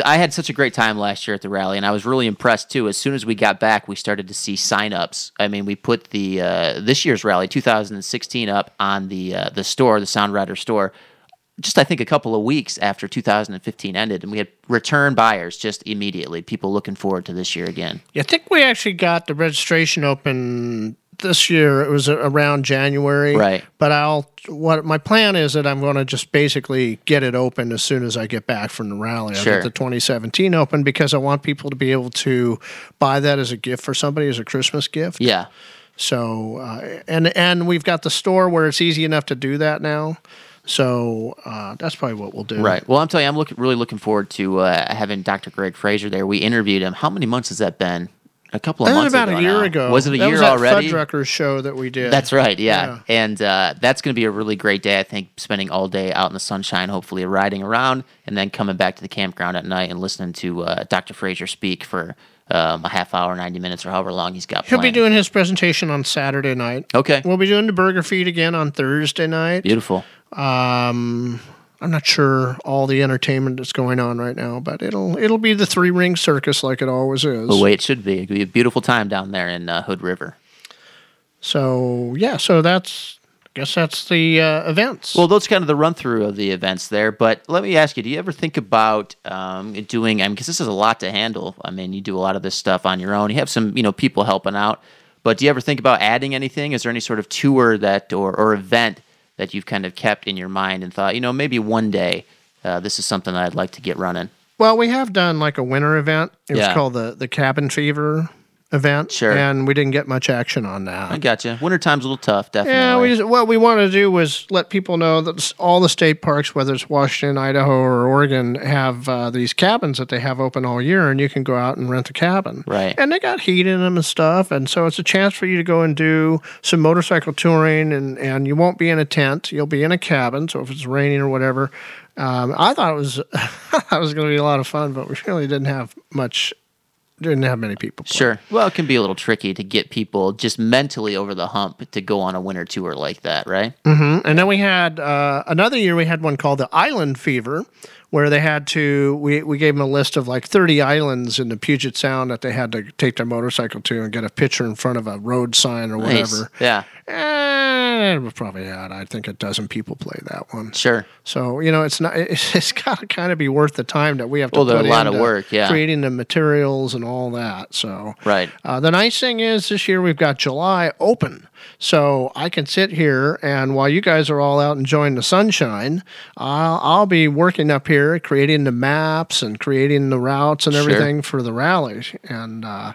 [SPEAKER 5] I had such a great time last year at the rally, and I was really impressed too. As soon as we got back, we started to see signups. I mean, we put the uh, this year's rally 2016 up on the uh, the store, the Soundrider store. Just I think a couple of weeks after 2015 ended, and we had return buyers just immediately. People looking forward to this year again.
[SPEAKER 8] Yeah, I think we actually got the registration open this year. It was a- around January,
[SPEAKER 5] Right.
[SPEAKER 8] But I'll what my plan is that I'm going to just basically get it open as soon as I get back from the rally. I'll
[SPEAKER 5] Sure.
[SPEAKER 8] get the 2017 open because I want people to be able to buy that as a gift for somebody as a Christmas gift.
[SPEAKER 5] Yeah,
[SPEAKER 8] So uh, and and we've got the store where it's easy enough to do that now. So uh, that's probably what we'll do.
[SPEAKER 5] right. Well, I'm telling you, I'm looking really looking forward to uh, having Dr. Greg Fraser there. We interviewed him. How many months has that been? a couple of
[SPEAKER 8] That was
[SPEAKER 5] months
[SPEAKER 8] about
[SPEAKER 5] ago
[SPEAKER 8] a year
[SPEAKER 5] now.
[SPEAKER 8] ago.
[SPEAKER 5] Was it a
[SPEAKER 8] that
[SPEAKER 5] year
[SPEAKER 8] was that
[SPEAKER 5] already?
[SPEAKER 8] Fuddruckers show that we did.
[SPEAKER 5] That's right, yeah. And uh, that's going to be a really great day, I think, spending all day out in the sunshine, hopefully riding around, and then coming back to the campground at night and listening to uh, Dr. Frazier speak for um, a half hour, 90 minutes, or however long he's got
[SPEAKER 8] He'll be
[SPEAKER 5] planned.
[SPEAKER 8] doing his presentation on Saturday night.
[SPEAKER 5] Okay.
[SPEAKER 8] We'll be doing the burger feed again on Thursday night.
[SPEAKER 5] Beautiful.
[SPEAKER 8] Um, I'm not sure all the entertainment that's going on right now, but it'll it'll be the three ring circus like it always is.
[SPEAKER 5] The way it should be. It'll be a beautiful time down there in uh, Hood River.
[SPEAKER 8] So yeah, so that's I guess that's the uh, events.
[SPEAKER 5] Well, that's kind of the run through of the events there. But let me ask you: Do you ever think about um, doing? I mean, because this is a lot to handle. I mean, you do a lot of this stuff on your own. You have some, you know, people helping out. But do you ever think about adding anything? Is there any sort of tour that or, or event that you've kind of kept in your mind and thought, you know, maybe one day uh, this is something that I'd like to get running?
[SPEAKER 8] Well, we have done like a winter event. It
[SPEAKER 5] Yeah.
[SPEAKER 8] was called the the cabin fever event.
[SPEAKER 5] Sure.
[SPEAKER 8] And we didn't get much action on that.
[SPEAKER 5] I gotcha. Wintertime's a little tough, definitely.
[SPEAKER 8] Yeah, we just, what we want to do was let people know that s- all the state parks, whether it's Washington, Idaho, or Oregon, have uh, these cabins that they have open all year, and you can go out and rent a cabin.
[SPEAKER 5] Right.
[SPEAKER 8] And they got heat in them and stuff, and so it's a chance for you to go and do some motorcycle touring, and and you won't be in a tent, you'll be in a cabin. So if it's raining or whatever, um, I thought it was (laughs) that was going to be a lot of fun, but we really didn't have much, didn't have many people.
[SPEAKER 5] Sure. Well, it can be a little tricky to get people just mentally over the hump to go on a winter tour like that, right?
[SPEAKER 8] hmm And then we had uh, another year. We had one called the Island Fever, where they had to. We we gave them a list of like thirty islands in the Puget Sound that they had to take their motorcycle to and get a picture in front of a road sign or
[SPEAKER 5] Nice.
[SPEAKER 8] whatever.
[SPEAKER 5] Yeah.
[SPEAKER 8] And we probably had, I think, a dozen people play that one.
[SPEAKER 5] Sure.
[SPEAKER 8] So you know, it's not. (laughs) It's, it's got to kind of be worth the time that we have to.
[SPEAKER 5] Well, there are
[SPEAKER 8] put
[SPEAKER 5] a lot of
[SPEAKER 8] into
[SPEAKER 5] work, yeah.
[SPEAKER 8] Creating the materials and all that. So.
[SPEAKER 5] Right.
[SPEAKER 8] Uh, the nice thing is this year we've got July open. So I can sit here and while you guys are all out enjoying the sunshine, I'll, I'll be working up here, creating the maps and creating the routes and
[SPEAKER 5] Sure.
[SPEAKER 8] everything for the rally and uh,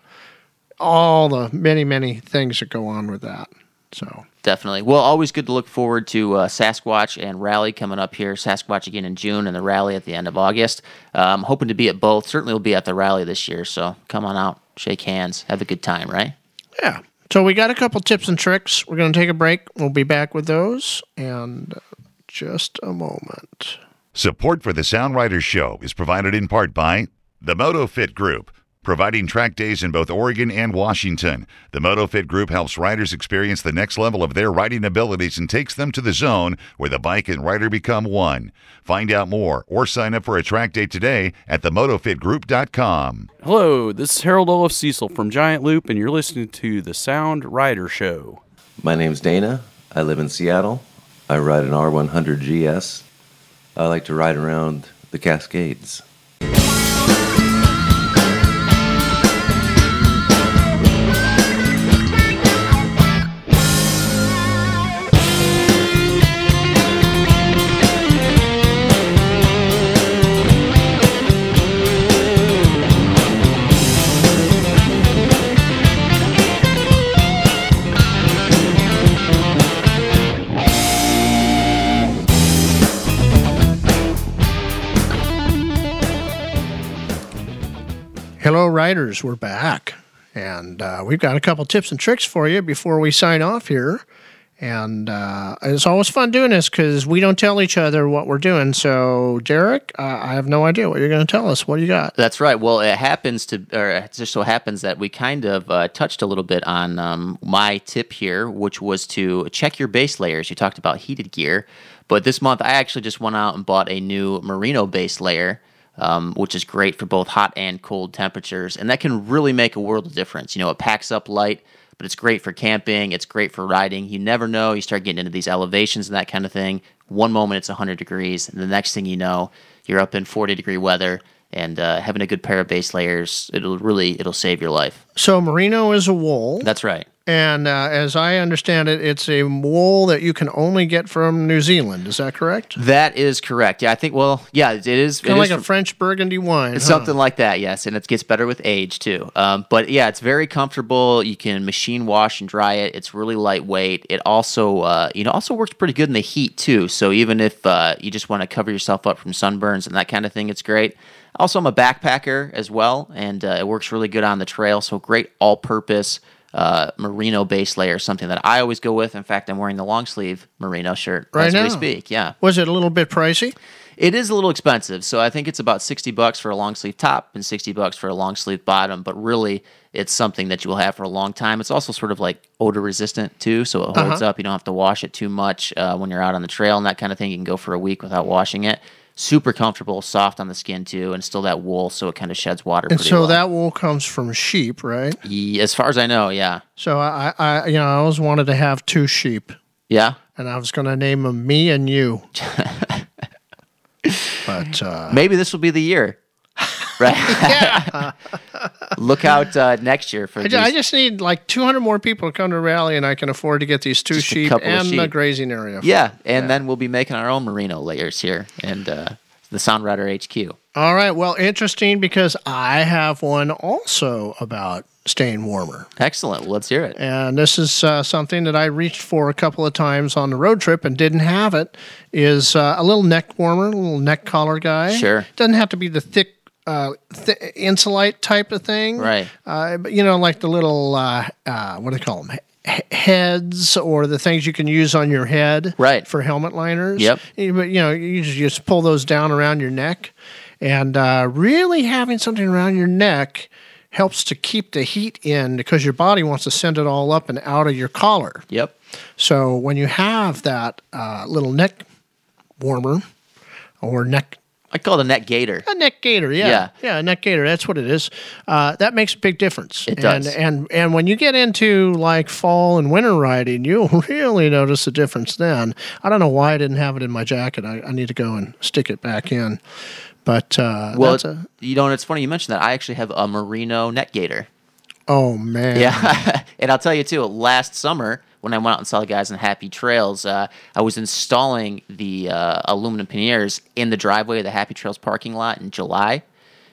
[SPEAKER 8] all the many, many things that go on with that. So
[SPEAKER 5] Definitely. Well, always good to look forward to uh, Sasquatch and Rally coming up here. Sasquatch again in June and the Rally at the end of August. Um, hoping to be at both. Certainly will be at the Rally this year. So come on out, shake hands, have a good time, right?
[SPEAKER 8] So we got a couple tips and tricks. We're going to take a break. We'll be back with those and uh, just a moment.
[SPEAKER 1] Support for the Soundwriters Show is provided in part by the MotoFit Group, providing track days in both Oregon and Washington. The MotoFit Group helps riders experience the next level of their riding abilities and takes them to the zone where the bike and rider become one. Find out more or sign up for a track day today at themotofitgroup.com.
[SPEAKER 12] Hello, this is Harold Olaf Cecil from Giant Loop, and you're listening to The Sound Rider Show.
[SPEAKER 13] My name's Dana. I live in Seattle. I ride an R100 GS. I like to ride around the Cascades.
[SPEAKER 8] Hello, riders. We're back. And uh, we've got a couple tips and tricks for you before we sign off here. And uh, it's always fun doing this because we don't tell each other what we're doing. So, Derek, uh, I have no idea what you're going to tell us. What do you got?
[SPEAKER 5] That's right. Well, it happens to, or it just so happens that we kind of uh, touched a little bit on um, my tip here, which was to check your base layers. You talked about heated gear, but this month I actually just went out and bought a new merino base layer, um, which is great for both hot and cold temperatures, and that can really make a world of difference. You know, it packs up light but it's great for camping. It's great for riding. You never know. You start getting into these elevations and that kind of thing. One moment it's 100 degrees, and the next thing you know, you're up in 40 degree weather. And uh, having a good pair of base layers, it'll really it'll save your life.
[SPEAKER 8] So, merino is a wool.
[SPEAKER 5] That's right.
[SPEAKER 8] And uh, as I understand it, it's a wool that you can only get from New Zealand. Is that correct?
[SPEAKER 5] That is correct. Yeah, I think. Well, yeah, it is.
[SPEAKER 8] Kind of
[SPEAKER 5] it
[SPEAKER 8] like
[SPEAKER 5] is
[SPEAKER 8] a French burgundy wine.
[SPEAKER 5] It's
[SPEAKER 8] huh?
[SPEAKER 5] something like that, yes, and it gets better with age too. Um, but yeah, it's very comfortable. You can machine wash and dry it. It's really lightweight. It also, uh, you know, also works pretty good in the heat too. So even if uh, you just want to cover yourself up from sunburns and that kind of thing, it's great. Also, I'm a backpacker as well, and uh, it works really good on the trail. So great all-purpose uh, merino base layer, something that I always go with. In fact, I'm wearing the long sleeve merino shirt
[SPEAKER 8] Right
[SPEAKER 5] as
[SPEAKER 8] now.
[SPEAKER 5] we speak. Yeah.
[SPEAKER 8] Was it a little bit pricey?
[SPEAKER 5] It is a little expensive, so I think it's about sixty bucks for a long sleeve top and sixty bucks for a long sleeve bottom. But really, it's something that you will have for a long time. It's also sort of like odor resistant too, so it holds
[SPEAKER 14] Uh-huh.
[SPEAKER 5] up. You don't have to wash it too much uh, when you're out on the trail and that kind of thing. You can go for a week without washing it. Super comfortable, soft on the skin too, and still that wool, so it kind of sheds water.
[SPEAKER 8] And
[SPEAKER 5] pretty
[SPEAKER 8] so
[SPEAKER 5] well.
[SPEAKER 8] that wool comes from sheep, right?
[SPEAKER 5] Ye- as far as I know, yeah,
[SPEAKER 8] So I, I, you know, I always wanted to have two sheep,
[SPEAKER 5] yeah.
[SPEAKER 8] and I was going to name them me
[SPEAKER 5] (laughs)
[SPEAKER 8] and you. but uh,
[SPEAKER 5] Maybe this will be the year, (laughs)
[SPEAKER 8] (laughs)
[SPEAKER 5] right? (laughs) Look out uh, next year for.
[SPEAKER 8] I,
[SPEAKER 5] these
[SPEAKER 8] ju- I just need like 200 more people to come to the rally, and I can afford to get these two
[SPEAKER 5] Just a
[SPEAKER 8] sheep
[SPEAKER 5] couple of
[SPEAKER 8] and the
[SPEAKER 5] sheep.
[SPEAKER 8] grazing area.
[SPEAKER 5] Yeah, and then we'll be making our own merino layers here and uh, the Soundrider HQ.
[SPEAKER 8] All right. Well, interesting because I have one also about staying warmer.
[SPEAKER 5] Excellent. Well, let's hear it.
[SPEAKER 8] And this is uh, something that I reached for a couple of times on the road trip and didn't have it. Is uh, a little neck warmer, a little neck collar guy.
[SPEAKER 5] Sure.
[SPEAKER 8] Doesn't have to be the thick uh, th- insulite type of thing.
[SPEAKER 5] Right.
[SPEAKER 8] Uh, but you know, like the little uh, uh, what do they call them? Heads or the things you can use on your head, right? For helmet liners.
[SPEAKER 5] Yep.
[SPEAKER 8] You- But you know, you just, you just pull those down around your neck, and uh, really having something around your neck helps to keep the heat in because your body wants to send it all up and out of your collar.
[SPEAKER 5] Yep.
[SPEAKER 8] So when you have that uh, little neck warmer or neck
[SPEAKER 5] I call it a net gator.
[SPEAKER 8] a neck gaiter, yeah.
[SPEAKER 5] Yeah.
[SPEAKER 8] yeah. a neck gaiter. That's what it is. Uh, that makes a big difference.
[SPEAKER 5] It does.
[SPEAKER 8] And, and and when you get into like fall and winter riding, (laughs) you'll really notice the difference then. I don't know why I didn't have it in my jacket. I, I need to go and stick it back in. But uh,
[SPEAKER 5] Well,
[SPEAKER 8] that's a,
[SPEAKER 5] you know, and it's funny you mentioned that. I actually have a merino net gator.
[SPEAKER 8] oh man,
[SPEAKER 5] Yeah, (laughs) and I'll tell you too. Last summer, when I went out and saw the guys in Happy Trails, uh, I was installing the uh, aluminum panniers in the driveway of the Happy Trails parking lot in July,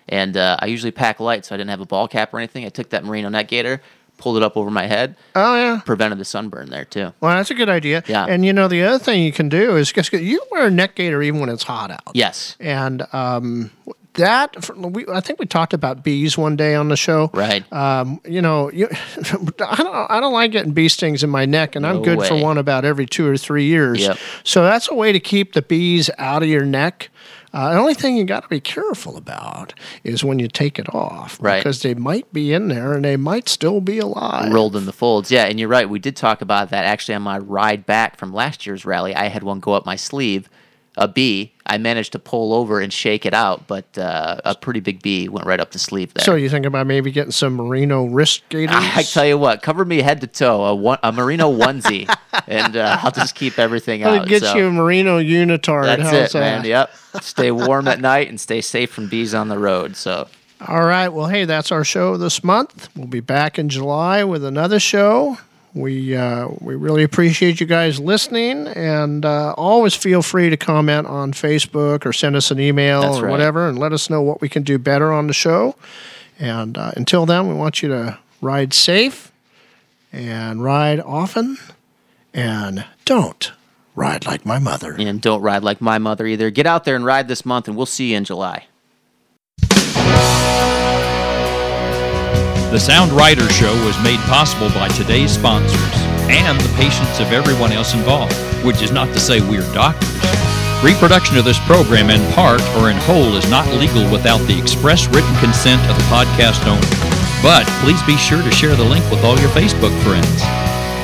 [SPEAKER 5] and uh, I usually pack light, so I didn't have a ball cap or anything. I took that merino net gator, pulled it up over my head.
[SPEAKER 8] Oh yeah,
[SPEAKER 5] prevented the sunburn there too.
[SPEAKER 8] Well, that's a good idea.
[SPEAKER 5] Yeah.
[SPEAKER 8] And you know, the other thing you can do is just, you can wear a neck gaiter even when it's hot out.
[SPEAKER 5] Yes.
[SPEAKER 8] And um, that, for- we, I think we talked about bees one day on the show.
[SPEAKER 5] Right.
[SPEAKER 8] Um, you know, you, (laughs) I don't, I don't like getting bee stings in my neck, and
[SPEAKER 5] No
[SPEAKER 8] I'm good for
[SPEAKER 5] way.
[SPEAKER 8] one about every two or three years.
[SPEAKER 5] Yep.
[SPEAKER 8] So that's a way to keep the bees out of your neck. Uh, the only thing you got to be careful about is when you take it off,
[SPEAKER 5] Right.
[SPEAKER 8] Because they might be in there and they might still be alive.
[SPEAKER 5] rolled in the folds. Yeah, and you're right. We did talk about that actually on my ride back from last year's rally. I had one go up my sleeve, a bee. I managed to pull over and shake it out, but uh, a pretty big bee went right up the sleeve there.
[SPEAKER 8] So you think about maybe getting some merino wrist
[SPEAKER 5] (laughs)
[SPEAKER 8] gaiters?
[SPEAKER 5] I tell you what, cover me head to toe, a, one, a merino
[SPEAKER 8] (laughs)
[SPEAKER 5] onesie, and uh, I'll just keep everything
[SPEAKER 8] I'll
[SPEAKER 5] out.
[SPEAKER 8] get
[SPEAKER 5] so
[SPEAKER 8] you a merino unitard.
[SPEAKER 5] that's
[SPEAKER 8] How's
[SPEAKER 5] it, man.
[SPEAKER 8] that?
[SPEAKER 5] Yep. Stay warm at night and stay safe from bees on the road. So
[SPEAKER 8] All right. Well, hey, that's our show this month. We'll be back in July with another show. We uh, we really appreciate you guys listening, and uh, always feel free to comment on Facebook or send us an email
[SPEAKER 5] That's
[SPEAKER 8] or
[SPEAKER 5] right.
[SPEAKER 8] whatever, and let us know what we can do better on the show. And uh, until then, we want you to ride safe and ride often, and don't ride like my mother.
[SPEAKER 5] and don't ride like my mother either. Get out there and ride this month, and we'll see you in July.
[SPEAKER 3] The Sound Writer Show was made possible by today's sponsors and the patience of everyone else involved, which is not to say we're doctors. Reproduction of this program in part or in whole is not legal without the express written consent of the podcast owner. But please be sure to share the link with all your Facebook friends.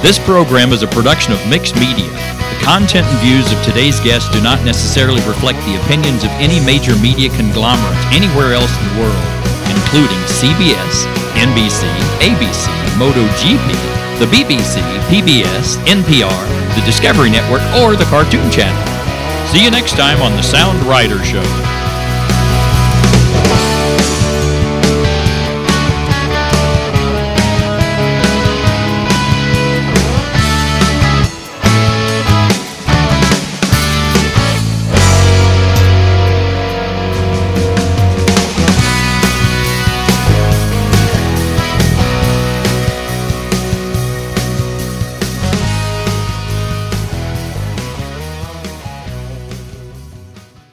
[SPEAKER 3] This program is a production of Mixed Media. The content and views of today's guests do not necessarily reflect the opinions of any major media conglomerates anywhere else in the world, including CBS, NBC, ABC, MotoGP, the BBC, PBS, NPR, the Discovery Network, or the Cartoon Channel. See you next time on The Sound Writer Show.